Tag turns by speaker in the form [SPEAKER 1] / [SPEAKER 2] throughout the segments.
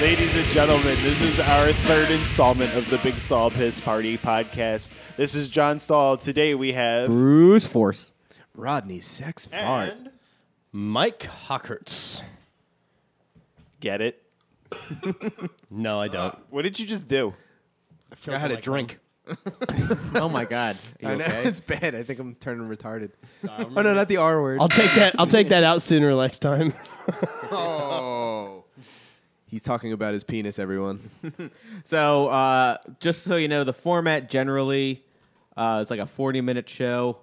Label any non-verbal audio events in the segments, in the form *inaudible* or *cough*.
[SPEAKER 1] Ladies and gentlemen, this is our third installment of the Big Stall Piss Party podcast. This is John Stahl. Today we have
[SPEAKER 2] Bruce Force.
[SPEAKER 3] Rodney Sex Fart.
[SPEAKER 1] and
[SPEAKER 4] Mike Hockerts.
[SPEAKER 1] get *laughs* it.
[SPEAKER 4] No, I don't.
[SPEAKER 1] What did you just do?
[SPEAKER 3] I forgot how to drink.
[SPEAKER 2] Oh my God. Are
[SPEAKER 3] I
[SPEAKER 2] you
[SPEAKER 3] know,
[SPEAKER 2] okay?
[SPEAKER 3] it's bad. I think I'm turning retarded. *laughs* oh no, not the R word.
[SPEAKER 4] I'll take that. I'll take that out sooner next time. *laughs*
[SPEAKER 3] Oh. He's talking about his penis, everyone.
[SPEAKER 2] So, uh, just so you know, the format generally uh, is like a forty-minute show.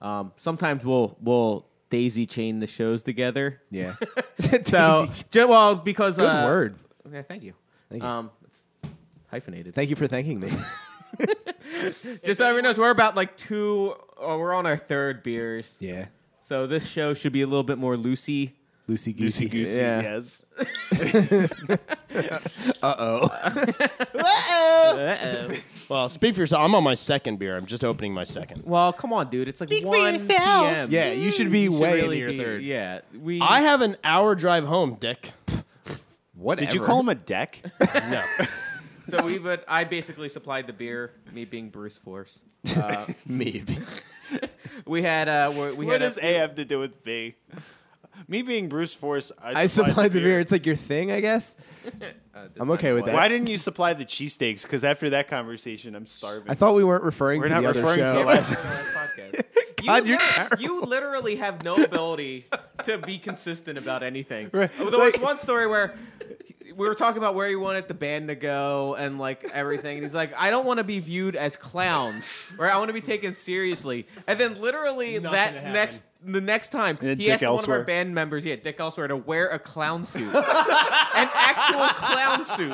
[SPEAKER 2] Um, sometimes we'll we'll daisy chain the shows together.
[SPEAKER 3] *laughs* Yeah.
[SPEAKER 2] So,
[SPEAKER 3] Daisy
[SPEAKER 2] ju- well, because
[SPEAKER 3] Good
[SPEAKER 2] uh,
[SPEAKER 3] word.
[SPEAKER 2] Yeah, thank you.
[SPEAKER 3] Thank you.
[SPEAKER 2] Um, it's hyphenated.
[SPEAKER 3] Thank you for thanking me.
[SPEAKER 2] just so everyone knows, we're about like two. Or we're on our third beers.
[SPEAKER 3] yeah.
[SPEAKER 2] So this show should be a little bit more loosey.
[SPEAKER 3] Lucy
[SPEAKER 1] Goosey goosey,
[SPEAKER 3] Goosey.
[SPEAKER 2] Yeah.
[SPEAKER 1] yes.
[SPEAKER 2] Uh-oh.
[SPEAKER 4] Well, speak for yourself. I'm on my second beer. I'm just opening my second.
[SPEAKER 2] well, come on, dude. It's like one p.m.
[SPEAKER 3] Yeah, you should be
[SPEAKER 2] You should
[SPEAKER 3] way
[SPEAKER 2] really
[SPEAKER 3] into your
[SPEAKER 2] be-
[SPEAKER 3] third.
[SPEAKER 2] Yeah, we.
[SPEAKER 4] I have an hour drive home, Dick.
[SPEAKER 3] Whatever.
[SPEAKER 1] Did you
[SPEAKER 3] *laughs*
[SPEAKER 1] call him a *laughs* deck?
[SPEAKER 4] No.
[SPEAKER 2] So we would. I basically supplied the beer. Me being Bruce Force.
[SPEAKER 3] me?
[SPEAKER 2] We had. Uh, we, we
[SPEAKER 1] what
[SPEAKER 2] had. a-
[SPEAKER 1] does A have to do with B? Me being Bruce Force, I supplied,
[SPEAKER 3] I supplied the beer. It's like your thing, I guess. I'm okay with that.
[SPEAKER 1] Why didn't you supply the cheesesteaks? Because after that conversation, I'm starving.
[SPEAKER 3] I thought we weren't referring
[SPEAKER 1] We're
[SPEAKER 3] to
[SPEAKER 1] not
[SPEAKER 3] the other
[SPEAKER 1] referring to
[SPEAKER 3] show. *laughs*
[SPEAKER 1] the last-
[SPEAKER 2] you,
[SPEAKER 3] God, you're
[SPEAKER 2] lit-
[SPEAKER 3] terrible.
[SPEAKER 2] you literally have no ability to be consistent about anything.
[SPEAKER 3] Right.
[SPEAKER 2] There was
[SPEAKER 3] Like-
[SPEAKER 2] one story where we were talking about where you wanted the band to go and like everything, and he's like, "I don't want to be viewed as clowns, or I want to be taken seriously." And then literally that next. The next time
[SPEAKER 1] then
[SPEAKER 2] he
[SPEAKER 1] Dick
[SPEAKER 2] asked one of
[SPEAKER 1] Elsewhere.
[SPEAKER 2] our band members, yeah, Dick Elsewhere, to wear a clown suit, an actual clown
[SPEAKER 3] *laughs*
[SPEAKER 2] suit.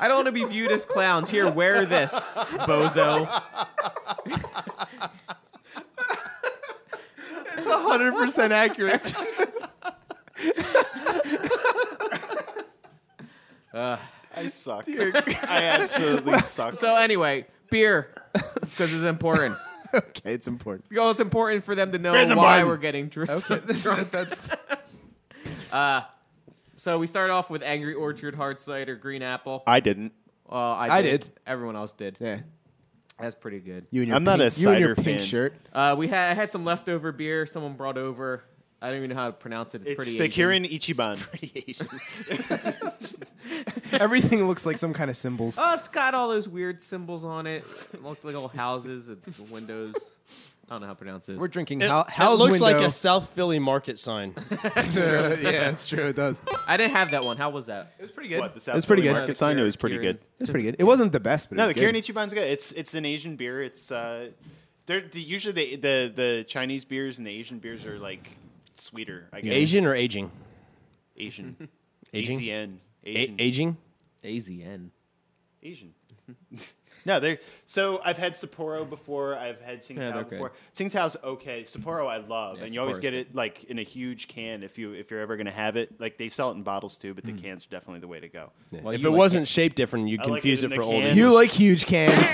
[SPEAKER 2] I don't want to be viewed as clowns. Here, wear this, bozo.
[SPEAKER 3] It's 100
[SPEAKER 1] *laughs*
[SPEAKER 3] percent accurate.
[SPEAKER 1] I suck. *laughs* I absolutely suck.
[SPEAKER 2] So anyway, beer because it's
[SPEAKER 3] *laughs*
[SPEAKER 2] important.
[SPEAKER 3] okay, it's important.
[SPEAKER 2] Yo, it's important for them to know
[SPEAKER 1] Prison
[SPEAKER 2] why
[SPEAKER 1] button.
[SPEAKER 2] we're getting drunk.
[SPEAKER 3] Okay, *laughs* this- that's
[SPEAKER 2] So we start off with Angry Orchard Hard Cider Green Apple.
[SPEAKER 1] I didn't.
[SPEAKER 2] Uh, I,
[SPEAKER 3] I
[SPEAKER 2] did.
[SPEAKER 3] did.
[SPEAKER 2] Everyone else did.
[SPEAKER 3] yeah.
[SPEAKER 2] That's pretty good.
[SPEAKER 3] You and your
[SPEAKER 1] I'm not
[SPEAKER 3] pink-
[SPEAKER 1] a
[SPEAKER 3] you and your
[SPEAKER 1] cider
[SPEAKER 3] pink
[SPEAKER 1] fan.
[SPEAKER 3] shirt.
[SPEAKER 2] Uh, we had I had some leftover beer someone brought over. I don't even know how to pronounce it. It's,
[SPEAKER 1] It's
[SPEAKER 2] pretty.
[SPEAKER 1] the
[SPEAKER 2] Asian.
[SPEAKER 1] Kirin Ichiban.
[SPEAKER 3] Everything looks like some kind of symbols.
[SPEAKER 2] Oh, it's got all those weird symbols on it. It looked like old houses, and the windows. I don't know how to pronounce this.
[SPEAKER 3] We're drinking
[SPEAKER 4] It,
[SPEAKER 3] Hell,
[SPEAKER 4] it
[SPEAKER 3] Hell's
[SPEAKER 4] looks
[SPEAKER 3] Window.
[SPEAKER 4] like a
[SPEAKER 3] *laughs*
[SPEAKER 4] *laughs* South Philly market sign.
[SPEAKER 3] yeah, it's true. It does.
[SPEAKER 2] I didn't have that one. How was that? It was pretty good.
[SPEAKER 1] What, the South
[SPEAKER 3] It's pretty
[SPEAKER 1] Philly
[SPEAKER 3] good.
[SPEAKER 1] Market sign? It was pretty
[SPEAKER 2] Kirin.
[SPEAKER 1] good.
[SPEAKER 3] It's pretty good. It wasn't the best, but
[SPEAKER 1] No,
[SPEAKER 3] it
[SPEAKER 1] the
[SPEAKER 3] was
[SPEAKER 1] Kirin
[SPEAKER 3] good.
[SPEAKER 1] Ichiban's good. It's it's an Asian beer. It's uh, they're the, usually the, the the Chinese beers and the Asian beers are like sweeter. I guess
[SPEAKER 4] Asian or aging?
[SPEAKER 1] Asian,
[SPEAKER 4] Aging?
[SPEAKER 1] ACN,
[SPEAKER 4] A-
[SPEAKER 1] Asian,
[SPEAKER 4] aging?
[SPEAKER 2] AZN.
[SPEAKER 1] Asian. *laughs* no, they're so I've had Sapporo before. I've had Tsingtao
[SPEAKER 2] Yeah, they're good.
[SPEAKER 1] before. Tsingtao's okay. Sapporo I love,
[SPEAKER 2] Yeah,
[SPEAKER 1] and you always
[SPEAKER 2] Sapporo's
[SPEAKER 1] get it like in a huge can if you if you're ever gonna have it. Like they sell it in bottles too, but the
[SPEAKER 2] Mm.
[SPEAKER 1] cans are definitely the way to go.
[SPEAKER 2] Well,
[SPEAKER 4] if
[SPEAKER 2] you
[SPEAKER 4] it
[SPEAKER 2] like
[SPEAKER 4] wasn't shaped different, you'd
[SPEAKER 1] I like
[SPEAKER 4] confuse
[SPEAKER 1] it in
[SPEAKER 4] it for
[SPEAKER 1] the
[SPEAKER 4] old.
[SPEAKER 1] can.
[SPEAKER 4] English.
[SPEAKER 3] You like huge cans.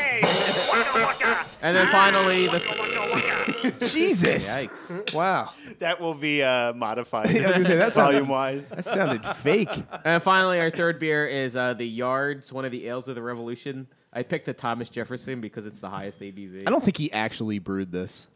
[SPEAKER 2] And then finally, the
[SPEAKER 3] *laughs* Jesus.
[SPEAKER 2] yikes.
[SPEAKER 3] Wow.
[SPEAKER 1] That will be uh,
[SPEAKER 2] *laughs*
[SPEAKER 1] modified
[SPEAKER 3] was gonna say, that sounded-
[SPEAKER 1] volume wise.
[SPEAKER 3] That sounded fake.
[SPEAKER 2] And finally, our third beer is uh, the Yards, one of the ales of the Revolution. I picked the Thomas Jefferson because it's the highest ABV.
[SPEAKER 3] I don't think he actually brewed this.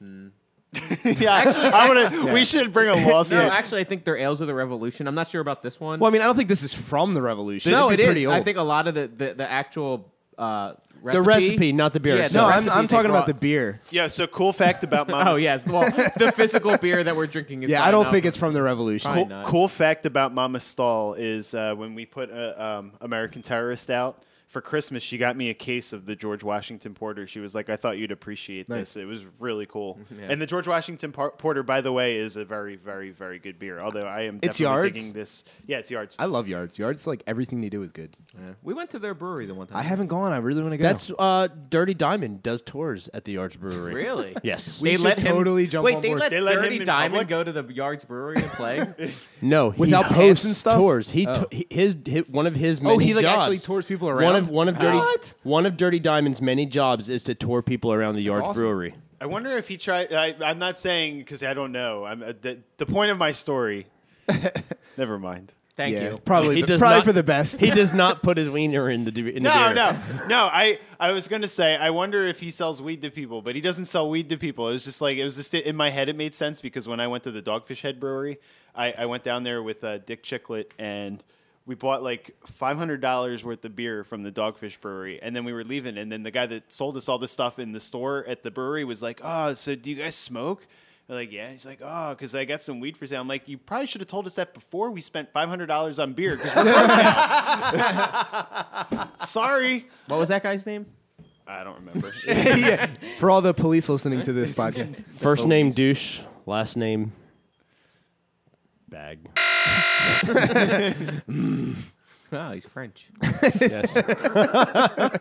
[SPEAKER 1] *laughs* yeah, I want to. We should bring a lawsuit.
[SPEAKER 2] *laughs* No, actually, I think they're ales of the Revolution. I'm not sure about this one.
[SPEAKER 3] Well, I mean, I don't think this is from the Revolution.
[SPEAKER 2] no, it
[SPEAKER 3] It'd be
[SPEAKER 2] is.
[SPEAKER 3] pretty
[SPEAKER 2] I
[SPEAKER 3] old.
[SPEAKER 2] think a lot of the the, the actual uh, recipe.
[SPEAKER 4] the recipe, not the beer.
[SPEAKER 2] Yeah,
[SPEAKER 3] No,
[SPEAKER 4] itself.
[SPEAKER 2] the
[SPEAKER 3] I'm, I'm
[SPEAKER 2] recipes they
[SPEAKER 3] talking about
[SPEAKER 2] brought-
[SPEAKER 3] the beer.
[SPEAKER 1] yeah. So cool fact about Mama's.
[SPEAKER 2] *laughs* Oh yes, well, the physical beer that we're drinking is.
[SPEAKER 3] Yeah,
[SPEAKER 2] not
[SPEAKER 3] I don't
[SPEAKER 2] enough.
[SPEAKER 3] think it's from the Revolution.
[SPEAKER 2] Probably
[SPEAKER 1] Cool,
[SPEAKER 3] Cool.
[SPEAKER 2] not.
[SPEAKER 1] cool fact about Mama Stahl is uh, when we put uh, um, American Terrorist out for Christmas, she got me a case of the George Washington Porter. She was like, "I thought you'd appreciate this.
[SPEAKER 3] Nice.
[SPEAKER 1] It was really
[SPEAKER 3] *laughs*
[SPEAKER 1] cool." And the George Washington Par- Porter, by the way, is a very, very, very good beer. Although I am
[SPEAKER 3] It's
[SPEAKER 1] definitely
[SPEAKER 3] Yards?
[SPEAKER 1] digging this. Yeah, it's yards.
[SPEAKER 3] I love Yards. Yards, like everything they do is good.
[SPEAKER 2] Yeah. We went to their brewery the one time.
[SPEAKER 3] I haven't gone. I really want to go.
[SPEAKER 4] That's uh, Dirty Diamond does tours at the Yards
[SPEAKER 2] *laughs*
[SPEAKER 4] Brewery.
[SPEAKER 2] really.
[SPEAKER 4] Yes.
[SPEAKER 3] We should totally jump
[SPEAKER 2] Wait,
[SPEAKER 3] on
[SPEAKER 2] they
[SPEAKER 3] board.
[SPEAKER 2] let
[SPEAKER 1] They let him
[SPEAKER 2] Dirty
[SPEAKER 1] in
[SPEAKER 2] Diamond
[SPEAKER 1] public?
[SPEAKER 2] go to the Yards Brewery and
[SPEAKER 3] *laughs*
[SPEAKER 2] play.
[SPEAKER 4] No, he
[SPEAKER 3] Without
[SPEAKER 4] pants
[SPEAKER 3] posts and stuff?
[SPEAKER 4] Tours. He,
[SPEAKER 3] Oh.
[SPEAKER 4] t- he- his, hi one of his many
[SPEAKER 3] Oh, he like
[SPEAKER 4] jobs-
[SPEAKER 3] actually tours people around.
[SPEAKER 4] One of one of dirty
[SPEAKER 3] What?
[SPEAKER 4] one of Dirty Diamond's many jobs is to tour people around the Yards
[SPEAKER 3] awesome.
[SPEAKER 4] Brewery.
[SPEAKER 1] I wonder if he tried. I, I'm
[SPEAKER 3] *laughs*
[SPEAKER 1] not saying because I don't know. I'm uh, the, the point of my story. Never mind.
[SPEAKER 2] Thank
[SPEAKER 3] yeah,
[SPEAKER 2] you.
[SPEAKER 3] probably
[SPEAKER 4] He
[SPEAKER 3] the-
[SPEAKER 4] does
[SPEAKER 3] probably
[SPEAKER 4] not-
[SPEAKER 3] for the best.
[SPEAKER 4] He
[SPEAKER 3] *laughs*
[SPEAKER 4] does not put his wiener in the de- in the
[SPEAKER 1] No,
[SPEAKER 4] beer.
[SPEAKER 1] no, no. I, I was gonna say I wonder if he sells weed to people, but he doesn't sell weed to people. It was just like it was just in my head. It made sense because when I went to the Dogfish Head Brewery, I, I went down there with uh, Dick Chiclet and we bought like five hundred dollars worth of beer from the Dogfish Brewery, and then we were leaving. And then the guy that sold us all this stuff in the store at the brewery was like, "Oh, so do you guys smoke?" They're like, yeah. He's like, oh, because I got some weed for sale. I'm like, you probably should have told us that before we spent $500 on beer. 'cause we're broke now." Sorry.
[SPEAKER 2] What was that guy's name?
[SPEAKER 1] I don't remember.
[SPEAKER 3] yeah. For all the police listening to this podcast,
[SPEAKER 4] First name douche, last name bag.
[SPEAKER 2] Oh, he's French.
[SPEAKER 4] Yes,
[SPEAKER 3] *laughs*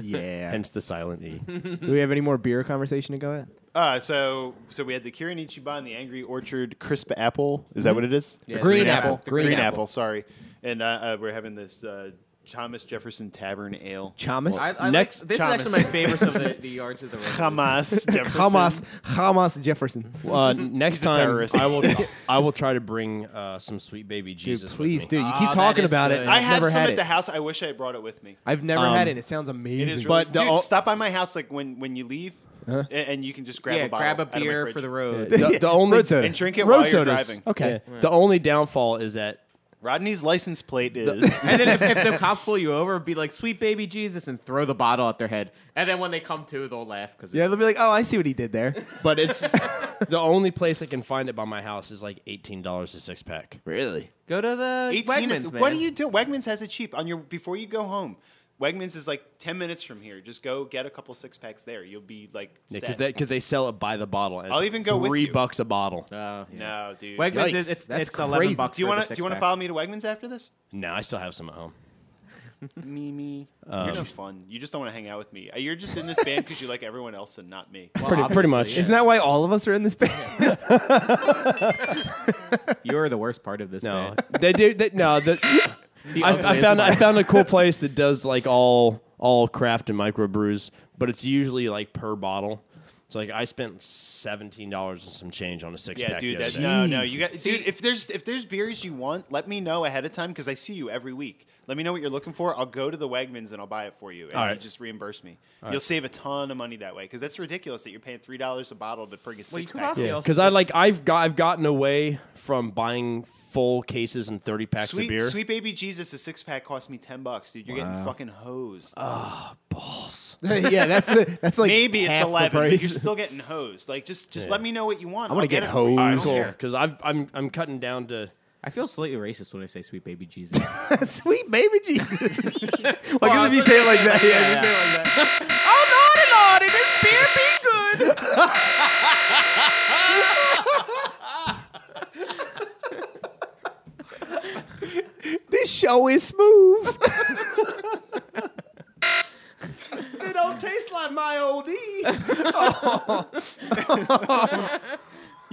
[SPEAKER 3] yeah.
[SPEAKER 4] hence the silent e.
[SPEAKER 3] Do we have any more beer conversation to go at?
[SPEAKER 1] uh, so, so we had the Kirin Ichiban, the Angry Orchard Crisp Apple. Is that what it is?
[SPEAKER 2] Yeah,
[SPEAKER 4] Green green apple. apple.
[SPEAKER 1] Green,
[SPEAKER 4] Green
[SPEAKER 1] apple. Sorry. And uh, uh, we're having this uh, Thomas Jefferson Tavern Ale.
[SPEAKER 3] Chamas,
[SPEAKER 2] I, I
[SPEAKER 4] Next,
[SPEAKER 2] like, this
[SPEAKER 1] Thomas.
[SPEAKER 2] is actually my favorite of the, the yards of the road.
[SPEAKER 1] Thomas *laughs* Jefferson.
[SPEAKER 3] Hamas, Hamas Jefferson.
[SPEAKER 4] Uh, next
[SPEAKER 1] He's a
[SPEAKER 4] time,
[SPEAKER 1] terrorist.
[SPEAKER 4] I will
[SPEAKER 3] *laughs*
[SPEAKER 4] I will try to bring uh, some sweet baby
[SPEAKER 3] Dude,
[SPEAKER 4] Jesus. with
[SPEAKER 3] please,
[SPEAKER 4] me.
[SPEAKER 3] dude. You
[SPEAKER 2] Ah,
[SPEAKER 3] keep
[SPEAKER 2] that
[SPEAKER 3] talking
[SPEAKER 2] is
[SPEAKER 3] about it.
[SPEAKER 2] good.
[SPEAKER 3] and
[SPEAKER 1] I
[SPEAKER 3] I've
[SPEAKER 1] have
[SPEAKER 3] never
[SPEAKER 1] some
[SPEAKER 3] had
[SPEAKER 1] at the
[SPEAKER 3] it.
[SPEAKER 1] house. I wish I had brought it with me.
[SPEAKER 3] I've never
[SPEAKER 4] Um,
[SPEAKER 3] had it. and It sounds
[SPEAKER 1] It
[SPEAKER 3] amazing.
[SPEAKER 1] is
[SPEAKER 4] But
[SPEAKER 1] really,
[SPEAKER 4] the
[SPEAKER 1] dude,
[SPEAKER 4] o-
[SPEAKER 1] stop by my house like when when you leave, a- and you can just grab
[SPEAKER 2] Yeah,
[SPEAKER 1] a bottle
[SPEAKER 2] grab a
[SPEAKER 1] out of my
[SPEAKER 2] beer
[SPEAKER 1] fridge.
[SPEAKER 2] for the road.
[SPEAKER 4] Uh, The,
[SPEAKER 3] *laughs*
[SPEAKER 4] the only
[SPEAKER 3] Road soda.
[SPEAKER 1] and drink it
[SPEAKER 4] road
[SPEAKER 1] while you're
[SPEAKER 4] sodas.
[SPEAKER 1] driving.
[SPEAKER 3] Okay.
[SPEAKER 4] Yeah. The only downfall is that
[SPEAKER 1] Rodney's license plate is
[SPEAKER 2] And then if, if the cops pull you over, be like, "Sweet baby Jesus," and throw the bottle at their head. And then when they come to, they'll laugh because
[SPEAKER 3] Yeah, they'll be like, "Oh, I see what he did there."
[SPEAKER 4] but it's the only place I can find it by my house is like eighteen dollars a six pack.
[SPEAKER 3] really?
[SPEAKER 2] go to the
[SPEAKER 1] 18 is-
[SPEAKER 2] Wegmans. Man.
[SPEAKER 1] What do you do? Wegmans has it cheap on your before you go home. Wegmans is like ten minutes from here. Just go get a couple six packs there. You'll be like,
[SPEAKER 4] Because
[SPEAKER 1] set.
[SPEAKER 4] they, 'cause they sell it by the bottle. and it's
[SPEAKER 1] I'll even go with
[SPEAKER 4] three
[SPEAKER 1] you.
[SPEAKER 4] bucks a bottle.
[SPEAKER 2] Oh, yeah.
[SPEAKER 1] no, dude.
[SPEAKER 2] Wegmans
[SPEAKER 4] Yikes,
[SPEAKER 2] is it's,
[SPEAKER 3] that's
[SPEAKER 2] it's eleven
[SPEAKER 3] crazy.
[SPEAKER 2] bucks.
[SPEAKER 1] do you
[SPEAKER 2] want
[SPEAKER 1] want to do you want to follow me to Wegmans after this?
[SPEAKER 4] No, I still have some at home.
[SPEAKER 1] Me, me. You're
[SPEAKER 2] Um,
[SPEAKER 1] no fun. You just don't want to hang out with me. You're just in this band because you like everyone else and not me.
[SPEAKER 4] Pretty- pretty much.
[SPEAKER 3] Isn't that why all of us are in this band?
[SPEAKER 2] You're the worst part of this.
[SPEAKER 4] No,
[SPEAKER 2] man.
[SPEAKER 4] they do. They, no, *laughs* the,
[SPEAKER 2] The
[SPEAKER 4] I, I
[SPEAKER 2] ugliest
[SPEAKER 4] found I
[SPEAKER 2] part.
[SPEAKER 4] found
[SPEAKER 1] *laughs*
[SPEAKER 4] a cool place that does like all all craft and microbrews, but it's usually like per bottle. So like I spent seventeen dollars and some change on a six
[SPEAKER 1] Yeah,
[SPEAKER 4] pack.
[SPEAKER 1] dude.
[SPEAKER 4] the other
[SPEAKER 1] That,
[SPEAKER 4] day.
[SPEAKER 1] no, no. You got,
[SPEAKER 3] Jesus.
[SPEAKER 1] dude. If there's if there's beers you want, let me know ahead of time because I see you every week. Let me know what you're looking for. I'll go to the Wegmans and I'll buy it for you, and
[SPEAKER 4] All
[SPEAKER 1] you
[SPEAKER 4] right.
[SPEAKER 1] just reimburse me. You'll save a ton of money that way because that's ridiculous that you're paying three dollars a bottle to bring a
[SPEAKER 2] Well, you
[SPEAKER 1] six
[SPEAKER 2] could
[SPEAKER 1] pack.
[SPEAKER 2] also-
[SPEAKER 4] Yeah, because I like I've got I've gotten away from buying full cases and thirty packs of
[SPEAKER 1] Sweet,
[SPEAKER 4] beer.
[SPEAKER 1] sweet baby Jesus, a six pack cost me ten bucks, dude. You're getting fucking hosed.
[SPEAKER 3] *laughs* yeah, that's the, that's like
[SPEAKER 1] Maybe it's
[SPEAKER 3] half the
[SPEAKER 1] eleven, but
[SPEAKER 3] price. *laughs*
[SPEAKER 1] you're still getting hosed. Like, just just let me know what you want. I
[SPEAKER 3] wanna get hosed.
[SPEAKER 1] I don't
[SPEAKER 3] Cool.
[SPEAKER 1] care.
[SPEAKER 4] Because I've I'm I'm cutting down to
[SPEAKER 2] I feel slightly racist when I say "sweet baby Jesus."
[SPEAKER 3] Sweet baby
[SPEAKER 1] *laughs*
[SPEAKER 3] Jesus. like
[SPEAKER 2] Well,
[SPEAKER 3] if you say it like that, yeah, if you say it like that.
[SPEAKER 2] oh naughty naughty, this beer be good.
[SPEAKER 3] This show is smooth. *laughs*
[SPEAKER 4] They don't taste like my old E.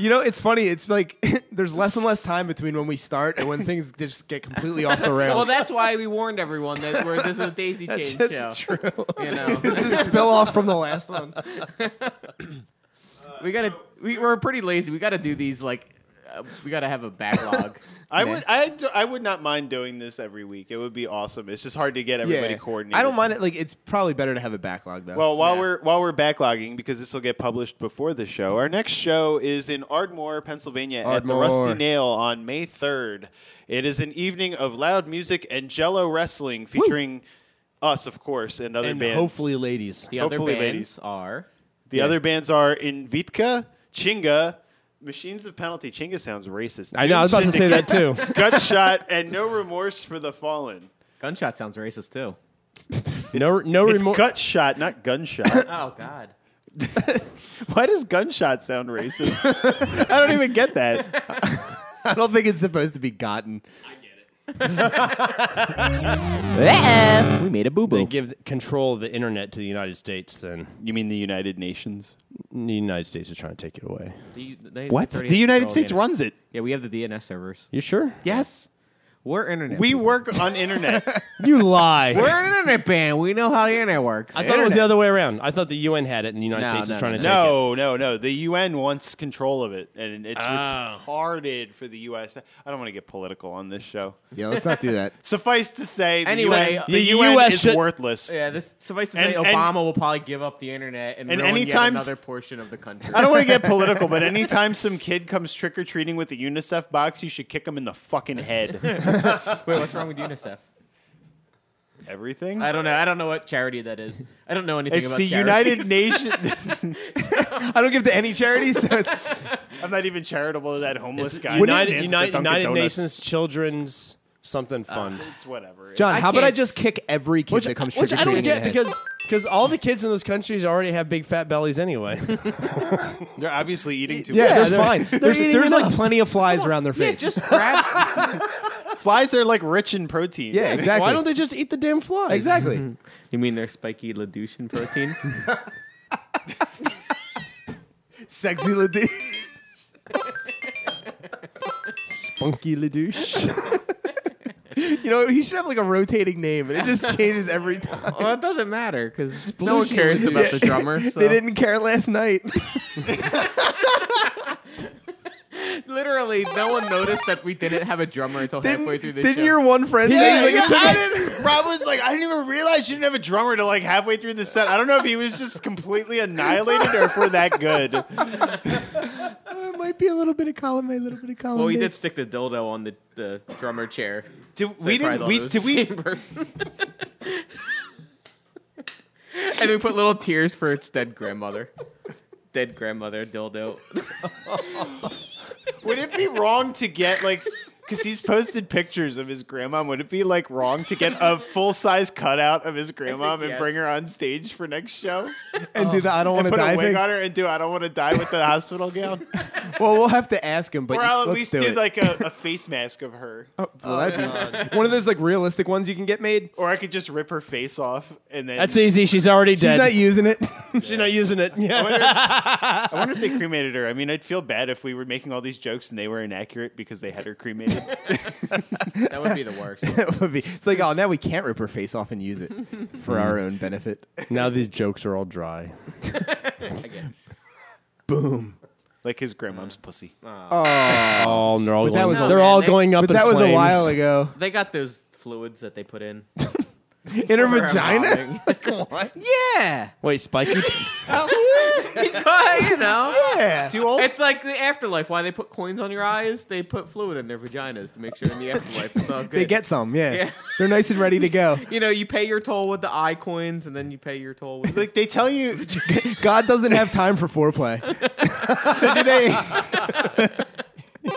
[SPEAKER 3] You know, it's funny. It's like *laughs* there's less and less time between when we start and when things just get completely
[SPEAKER 1] *laughs*
[SPEAKER 3] off the rails.
[SPEAKER 2] Well, that's why we warned everyone that we're, this is a daisy chain
[SPEAKER 3] that's, that's
[SPEAKER 2] show.
[SPEAKER 3] true.
[SPEAKER 2] You know,
[SPEAKER 3] *laughs* this is a spill off from the last one.
[SPEAKER 2] we gotta we, we're pretty lazy. We gotta do these like uh, we gotta have a *laughs* backlog.
[SPEAKER 1] I would, I, d- I would not mind doing this every week. It would be awesome. It's just hard to get everybody coordinated.
[SPEAKER 3] I don't mind it. Like it's probably better to have a backlog though.
[SPEAKER 1] Well, while
[SPEAKER 2] Yeah.
[SPEAKER 1] we're while we're backlogging because this will get published before the show, our next show is in Ardmore, Pennsylvania, at the
[SPEAKER 3] Ardmore.
[SPEAKER 1] Rusty Nail on May third. It is an evening of loud music and Jello wrestling featuring us, of course, and other
[SPEAKER 4] And
[SPEAKER 1] bands.
[SPEAKER 4] hopefully, ladies.
[SPEAKER 2] The other
[SPEAKER 1] Hopefully,
[SPEAKER 2] bands
[SPEAKER 1] ladies.
[SPEAKER 2] are
[SPEAKER 1] the other bands are Invitka, Chinga, Machines of Penalty. Chinga sounds racist.
[SPEAKER 4] I know. I was about to say
[SPEAKER 3] *laughs*
[SPEAKER 4] that too.
[SPEAKER 1] Gutshot and No Remorse for the Fallen.
[SPEAKER 2] gunshot sounds racist too.
[SPEAKER 4] No, no
[SPEAKER 1] It's
[SPEAKER 4] remorse.
[SPEAKER 1] Gutshot, not
[SPEAKER 4] *laughs*
[SPEAKER 1] Gunshot.
[SPEAKER 2] Oh God.
[SPEAKER 1] Why does Gunshot sound
[SPEAKER 4] *laughs*
[SPEAKER 1] racist? I don't even get that.
[SPEAKER 3] *laughs* I don't think it's supposed to be gotten.
[SPEAKER 2] *laughs* we made a boo
[SPEAKER 4] They give control of the internet to the United States. Then
[SPEAKER 1] You mean the United Nations?
[SPEAKER 4] the United States are trying to take it away.
[SPEAKER 1] What? The United States runs it.
[SPEAKER 2] Yeah, we have the DNS servers.
[SPEAKER 4] You sure?
[SPEAKER 1] Yes.
[SPEAKER 2] We're internet.
[SPEAKER 1] We
[SPEAKER 2] people.
[SPEAKER 1] work on internet.
[SPEAKER 4] *laughs* You lie.
[SPEAKER 2] *laughs* we're an internet band. We know how the internet works.
[SPEAKER 4] I thought it was the other way around. I thought the UN had it, and the United
[SPEAKER 2] No,
[SPEAKER 4] States
[SPEAKER 2] no,
[SPEAKER 4] is trying
[SPEAKER 2] no,
[SPEAKER 4] to take it.
[SPEAKER 1] no, no, no. The UN wants control of it, and it's
[SPEAKER 4] Oh.
[SPEAKER 1] retarded for the U.S. I don't want to get political on this show.
[SPEAKER 3] Yeah, let's not do that.
[SPEAKER 1] Suffice to say, the
[SPEAKER 2] Anyway,
[SPEAKER 1] UN
[SPEAKER 2] the
[SPEAKER 1] the, UN
[SPEAKER 4] US
[SPEAKER 1] is
[SPEAKER 4] should-
[SPEAKER 1] worthless.
[SPEAKER 2] yeah, this suffice to say,
[SPEAKER 1] And- and-
[SPEAKER 2] Obama will probably give up the internet and,
[SPEAKER 1] And
[SPEAKER 2] ruin yet
[SPEAKER 1] anytime-
[SPEAKER 2] another portion of the country.
[SPEAKER 1] I don't want to get political, but anytime some kid comes trick or treating with a UNICEF box, you should kick him in the fucking head.
[SPEAKER 2] Wait, what's wrong with UNICEF?
[SPEAKER 1] Everything.
[SPEAKER 2] I don't know. I don't know what charity that is. I don't know anything
[SPEAKER 1] It's
[SPEAKER 2] about
[SPEAKER 1] the
[SPEAKER 2] *laughs*
[SPEAKER 1] United Nations. *laughs*
[SPEAKER 3] I don't give to any charities. So it's-
[SPEAKER 1] I'm not even charitable to that homeless
[SPEAKER 4] It's
[SPEAKER 1] guy. that
[SPEAKER 4] United,
[SPEAKER 1] stands at
[SPEAKER 4] United,
[SPEAKER 1] the Dunkin'
[SPEAKER 4] United
[SPEAKER 1] Donuts.
[SPEAKER 4] Nations Children's something fund.
[SPEAKER 1] It's whatever.
[SPEAKER 3] *laughs* John,
[SPEAKER 2] I
[SPEAKER 3] how about I
[SPEAKER 2] can't
[SPEAKER 3] just kick every kid
[SPEAKER 4] which
[SPEAKER 3] that comes
[SPEAKER 4] which I don't
[SPEAKER 3] trick-or-treating in
[SPEAKER 4] get
[SPEAKER 3] the head?
[SPEAKER 4] because because all the kids in those countries already have big fat bellies anyway.
[SPEAKER 1] They're obviously eating too
[SPEAKER 3] yeah,
[SPEAKER 1] much.
[SPEAKER 3] that's fine. There's,
[SPEAKER 4] eating
[SPEAKER 3] there's like
[SPEAKER 4] enough.
[SPEAKER 3] plenty of flies around their
[SPEAKER 2] Yeah,
[SPEAKER 3] face.
[SPEAKER 2] just grab.
[SPEAKER 1] Flies are like rich in protein.
[SPEAKER 3] Yeah, exactly.
[SPEAKER 4] Why don't they just eat the damn flies?
[SPEAKER 3] Exactly.
[SPEAKER 2] *laughs* you mean their spiky Laducian *laughs* protein?
[SPEAKER 3] Sexy Ladouche.
[SPEAKER 4] Spunky Ladouche.
[SPEAKER 3] You know, he should have like a rotating name, and it just changes every time.
[SPEAKER 2] well, it doesn't matter because *laughs* no one cares about the drummer.
[SPEAKER 1] *laughs*
[SPEAKER 2] So.
[SPEAKER 3] *laughs* They didn't care last night.
[SPEAKER 2] Literally, no one noticed that we didn't have a drummer until
[SPEAKER 3] didn't
[SPEAKER 2] halfway through the
[SPEAKER 3] didn't
[SPEAKER 2] show.
[SPEAKER 3] your one friend?
[SPEAKER 1] Yeah,
[SPEAKER 3] say, like,
[SPEAKER 1] yeah,
[SPEAKER 3] it took
[SPEAKER 1] I
[SPEAKER 3] us-
[SPEAKER 1] didn't- Rob was like, I didn't even realize you didn't have a drummer to like halfway through the set. I don't know if he was just completely annihilated or if we're that good.
[SPEAKER 3] Uh, it might be a little bit of column A, a little bit of column
[SPEAKER 2] well, we
[SPEAKER 3] B.
[SPEAKER 2] did stick the dildo on the, the drummer chair.
[SPEAKER 1] Did,
[SPEAKER 2] So
[SPEAKER 1] we
[SPEAKER 2] they probably
[SPEAKER 1] didn't.
[SPEAKER 2] thought it
[SPEAKER 1] We,
[SPEAKER 2] was
[SPEAKER 1] did
[SPEAKER 2] the *laughs*
[SPEAKER 1] we?
[SPEAKER 2] same person. and we put little tears for its dead grandmother. Dead grandmother dildo.
[SPEAKER 1] Would it be wrong to get like? Because he's posted pictures of his grandma. Would it be like wrong to get a full size cutout of his grandma and
[SPEAKER 2] yes.
[SPEAKER 1] bring her on stage for next
[SPEAKER 3] *laughs*
[SPEAKER 1] show?
[SPEAKER 3] and do the I don't want
[SPEAKER 1] And
[SPEAKER 3] to
[SPEAKER 1] uh, put
[SPEAKER 3] die
[SPEAKER 1] a wig
[SPEAKER 3] thing.
[SPEAKER 1] on her and do I don't want to die with
[SPEAKER 3] *laughs*
[SPEAKER 1] the hospital gown?
[SPEAKER 3] Well, we'll have to ask him, but
[SPEAKER 1] Or I'll at
[SPEAKER 3] let's
[SPEAKER 1] least
[SPEAKER 3] do,
[SPEAKER 1] do,
[SPEAKER 3] it.
[SPEAKER 1] like a, a face mask of her.
[SPEAKER 3] Oh, well, that'd be one of those like realistic ones you can get made.
[SPEAKER 1] Or I could just rip her face off and then.
[SPEAKER 4] That's easy. She's already
[SPEAKER 3] She's
[SPEAKER 4] dead. Oh,
[SPEAKER 3] not using it. *laughs*
[SPEAKER 4] She's not using *laughs* it.
[SPEAKER 1] I wonder, if, I wonder if they cremated her. I mean, I'd feel bad if we were making all these jokes and they were inaccurate because they had her cremated.
[SPEAKER 2] That would be the worst.
[SPEAKER 3] That would be. It's like, oh, now we can't rip her face off and use it for our own benefit.
[SPEAKER 4] Now these jokes are all dry.
[SPEAKER 2] Again.
[SPEAKER 3] Boom.
[SPEAKER 1] like his grandmom's pussy.
[SPEAKER 4] Oh no!
[SPEAKER 3] that was a-
[SPEAKER 4] they're all
[SPEAKER 2] No,
[SPEAKER 4] going up.
[SPEAKER 3] But
[SPEAKER 4] in
[SPEAKER 3] that was a
[SPEAKER 4] flames.
[SPEAKER 3] while
[SPEAKER 4] *laughs*
[SPEAKER 3] ago.
[SPEAKER 2] They got those fluids that they put in.
[SPEAKER 3] In her
[SPEAKER 2] For
[SPEAKER 3] vagina.
[SPEAKER 1] *laughs*
[SPEAKER 2] embalming. yeah.
[SPEAKER 4] Wait, *laughs* spiky.
[SPEAKER 2] Because, you
[SPEAKER 3] *laughs*
[SPEAKER 2] know.
[SPEAKER 3] yeah.
[SPEAKER 1] Too old?
[SPEAKER 2] It's like the afterlife. Why they put coins on your eyes? They put fluid in their vaginas to make sure in the afterlife it's all good.
[SPEAKER 3] *laughs* They get some. Yeah.
[SPEAKER 2] Yeah.
[SPEAKER 3] They're nice and ready to
[SPEAKER 2] *laughs*
[SPEAKER 3] go.
[SPEAKER 2] You know, you pay your toll with the eye coins, and then you pay your toll
[SPEAKER 3] *laughs*
[SPEAKER 2] with.
[SPEAKER 1] like they tell you.
[SPEAKER 3] God doesn't have time
[SPEAKER 2] *laughs*
[SPEAKER 3] for foreplay.
[SPEAKER 1] So do they?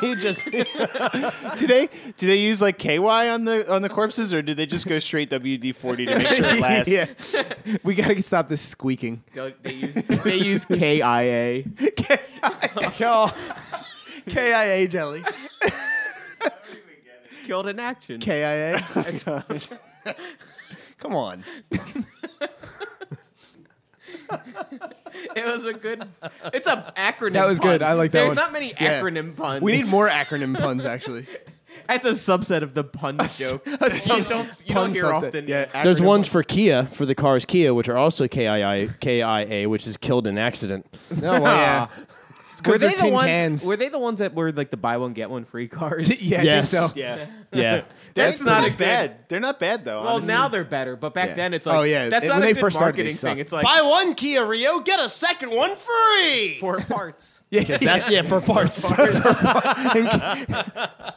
[SPEAKER 4] he just
[SPEAKER 1] Do they? Do they use like KY on the on the corpses, or do they just go straight WD forty to make sure it lasts?
[SPEAKER 3] *laughs* yeah. We got to stop this squeaking. *laughs*
[SPEAKER 2] They, they use they use KIA.
[SPEAKER 3] K-I-A. KIA jelly.
[SPEAKER 2] Killed in action.
[SPEAKER 3] KIA. *laughs* Come on.
[SPEAKER 2] it was a good. It's an acronym.
[SPEAKER 3] That was good.
[SPEAKER 2] pun.
[SPEAKER 3] I like that
[SPEAKER 2] There's
[SPEAKER 3] one.
[SPEAKER 2] not many
[SPEAKER 3] Yeah.
[SPEAKER 2] acronym puns.
[SPEAKER 3] We need more acronym puns, actually.
[SPEAKER 2] That's a subset of the pun *laughs* joke.
[SPEAKER 3] *laughs* A sub-
[SPEAKER 2] you don't, you
[SPEAKER 3] pun
[SPEAKER 2] don't hear
[SPEAKER 3] subset.
[SPEAKER 2] often.
[SPEAKER 3] Yeah,
[SPEAKER 4] There's
[SPEAKER 3] acronym
[SPEAKER 4] ones for Kia for the cars Kia, which are also KIA, KIA which is killed in accident.
[SPEAKER 3] pun. Oh, well,
[SPEAKER 4] *laughs*
[SPEAKER 3] yeah. It's 'cause
[SPEAKER 2] Were they
[SPEAKER 3] they're
[SPEAKER 2] the
[SPEAKER 3] tin
[SPEAKER 2] ones?
[SPEAKER 3] cans.
[SPEAKER 2] Were they the ones that were like the buy one get one free cars?
[SPEAKER 3] *laughs* yeah, I
[SPEAKER 4] Yes.
[SPEAKER 3] think so.
[SPEAKER 1] Yeah.
[SPEAKER 4] Yeah.
[SPEAKER 2] That's not a
[SPEAKER 1] pretty
[SPEAKER 2] good-
[SPEAKER 1] bad. They're not bad though.
[SPEAKER 2] Well,
[SPEAKER 1] honestly.
[SPEAKER 2] now they're better, but back
[SPEAKER 3] Yeah.
[SPEAKER 2] then it's like,
[SPEAKER 3] Oh, yeah.
[SPEAKER 2] that's
[SPEAKER 3] When
[SPEAKER 2] not a
[SPEAKER 3] they
[SPEAKER 2] good
[SPEAKER 3] first started, they
[SPEAKER 2] marketing thing.
[SPEAKER 3] sucked.
[SPEAKER 2] It's like
[SPEAKER 4] one Kia Rio, get a second one free.
[SPEAKER 2] four *laughs* parts.
[SPEAKER 3] Yeah,
[SPEAKER 4] That, yeah, for parts.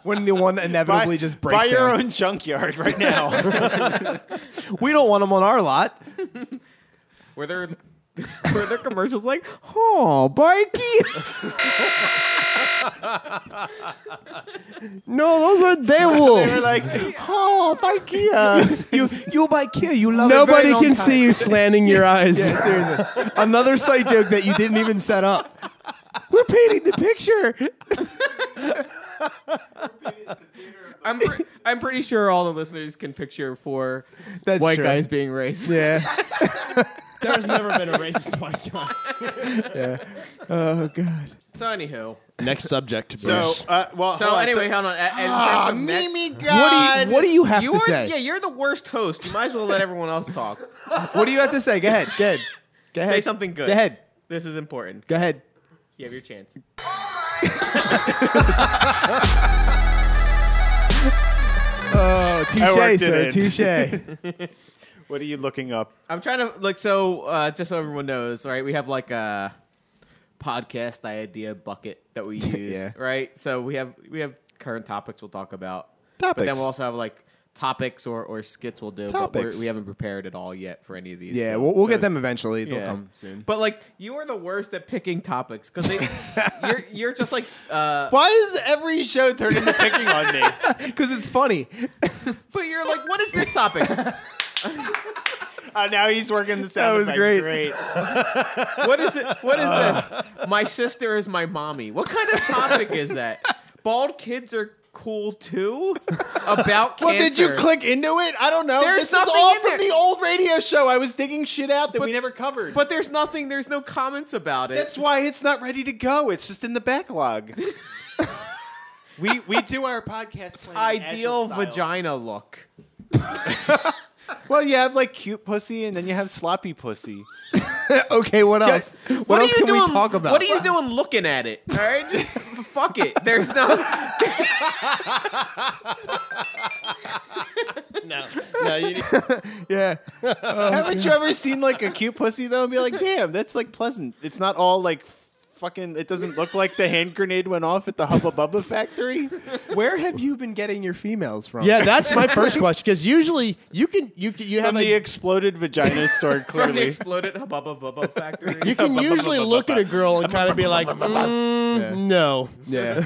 [SPEAKER 2] *laughs*
[SPEAKER 3] when the one
[SPEAKER 1] Buy,
[SPEAKER 3] inevitably just breaks
[SPEAKER 1] buy your
[SPEAKER 3] down.
[SPEAKER 1] own junkyard right
[SPEAKER 3] *laughs*
[SPEAKER 1] now. uh,
[SPEAKER 3] We don't want them on our lot.
[SPEAKER 2] Were there *laughs* were there commercials like, oh, bikey?
[SPEAKER 3] No, those are
[SPEAKER 4] *laughs*
[SPEAKER 1] they were
[SPEAKER 3] Daewoo.
[SPEAKER 1] like,
[SPEAKER 3] oh, by
[SPEAKER 4] uh,
[SPEAKER 3] Kia. you you buy Kia. You love
[SPEAKER 4] Nobody can see *laughs* you slanting your eyes.
[SPEAKER 3] Yeah, seriously. Another side joke that you didn't even set up. We're painting the picture.
[SPEAKER 2] I'm pre- I'm pretty sure all the listeners can picture for
[SPEAKER 3] That's
[SPEAKER 2] white
[SPEAKER 3] true.
[SPEAKER 2] guys being racist.
[SPEAKER 3] Yeah.
[SPEAKER 4] There's never been a racist white guy.
[SPEAKER 3] Oh God.
[SPEAKER 2] So anywho,
[SPEAKER 4] Next subject,
[SPEAKER 1] So,
[SPEAKER 4] Bruce.
[SPEAKER 1] uh, well,
[SPEAKER 2] So
[SPEAKER 1] hold on.
[SPEAKER 2] anyway, hold on. A- In
[SPEAKER 1] Ah,
[SPEAKER 2] terms of next-
[SPEAKER 1] Mimi,
[SPEAKER 3] What do you, what do you have
[SPEAKER 2] you
[SPEAKER 3] to
[SPEAKER 2] are,
[SPEAKER 3] say?
[SPEAKER 2] yeah, you're the worst host. You might as well let everyone else talk.
[SPEAKER 3] What do you have to say? Go ahead. Go ahead. Go ahead.
[SPEAKER 2] something good.
[SPEAKER 3] Go ahead.
[SPEAKER 2] This is important.
[SPEAKER 3] Go ahead.
[SPEAKER 2] You have your chance.
[SPEAKER 3] Oh,
[SPEAKER 1] worked it
[SPEAKER 3] touche, sir.
[SPEAKER 1] in.
[SPEAKER 2] *laughs*
[SPEAKER 3] Touche.
[SPEAKER 1] What are you looking up?
[SPEAKER 2] I'm trying to like so uh, just so everyone knows, right? We have like a podcast idea bucket that we use,
[SPEAKER 3] *laughs* Yeah.
[SPEAKER 2] right? So we have we have current topics we'll talk about. But then
[SPEAKER 3] Topics.
[SPEAKER 2] we'll also have like topics or, or skits we'll do. But
[SPEAKER 3] Topics.
[SPEAKER 2] we're, we haven't prepared at all yet for any of these.
[SPEAKER 3] Yeah,
[SPEAKER 2] so
[SPEAKER 3] we'll, we'll get
[SPEAKER 2] those-
[SPEAKER 3] them eventually. They'll
[SPEAKER 2] yeah.
[SPEAKER 3] come soon.
[SPEAKER 2] But like you are the worst at picking topics because
[SPEAKER 3] *laughs*
[SPEAKER 2] you're you're just like uh,
[SPEAKER 1] Why is every show turning to picking on
[SPEAKER 3] *laughs*
[SPEAKER 1] me?
[SPEAKER 3] Because it's funny. *laughs*
[SPEAKER 2] but you're like what is this topic?
[SPEAKER 1] Uh, now he's working the sound.
[SPEAKER 3] That was
[SPEAKER 1] effects.
[SPEAKER 3] great.
[SPEAKER 2] what is it? What is
[SPEAKER 3] *laughs* Uh.
[SPEAKER 2] this? My sister is my mommy. What kind of topic is that? Bald kids are cool too. About
[SPEAKER 3] *laughs*
[SPEAKER 2] cancer.
[SPEAKER 1] Well, did you click into it? I don't know.
[SPEAKER 2] There's
[SPEAKER 1] this is
[SPEAKER 2] nothing
[SPEAKER 1] all
[SPEAKER 2] in
[SPEAKER 1] from
[SPEAKER 2] there.
[SPEAKER 1] the old radio show. I was digging shit out that we never covered.
[SPEAKER 2] But there's nothing. There's no comments about it.
[SPEAKER 1] that's why it's not ready to go. It's just in the backlog. *laughs* we we do our podcast plan
[SPEAKER 2] ideal
[SPEAKER 1] agile style.
[SPEAKER 2] vagina look.
[SPEAKER 1] Well, you have like cute pussy, and then you have sloppy pussy.
[SPEAKER 3] okay, what else? What,
[SPEAKER 2] are
[SPEAKER 3] else
[SPEAKER 2] you
[SPEAKER 3] can
[SPEAKER 2] doing,
[SPEAKER 3] we talk about?
[SPEAKER 2] What are you doing looking at it? All right, *laughs* Just fuck it. There's no.
[SPEAKER 4] no, *laughs* no, you,
[SPEAKER 3] yeah.
[SPEAKER 1] Haven't you ever seen like a cute pussy though, and be like, damn, that's like pleasant. It's not all like. f- Fucking! It doesn't look like the hand grenade went off at the Hubba Bubba factory.
[SPEAKER 3] Where have you been getting your females from?
[SPEAKER 4] yeah, that's my first question because usually you can you can you have
[SPEAKER 1] From
[SPEAKER 4] a
[SPEAKER 1] the exploded vagina *laughs* store,
[SPEAKER 2] From the
[SPEAKER 1] clearly.
[SPEAKER 2] exploded *laughs* hubba bubba factory. *laughs*
[SPEAKER 4] you *laughs* can usually look at a girl and kind of be *laughs* like, mm,
[SPEAKER 3] Yeah.
[SPEAKER 4] no,
[SPEAKER 3] Yeah.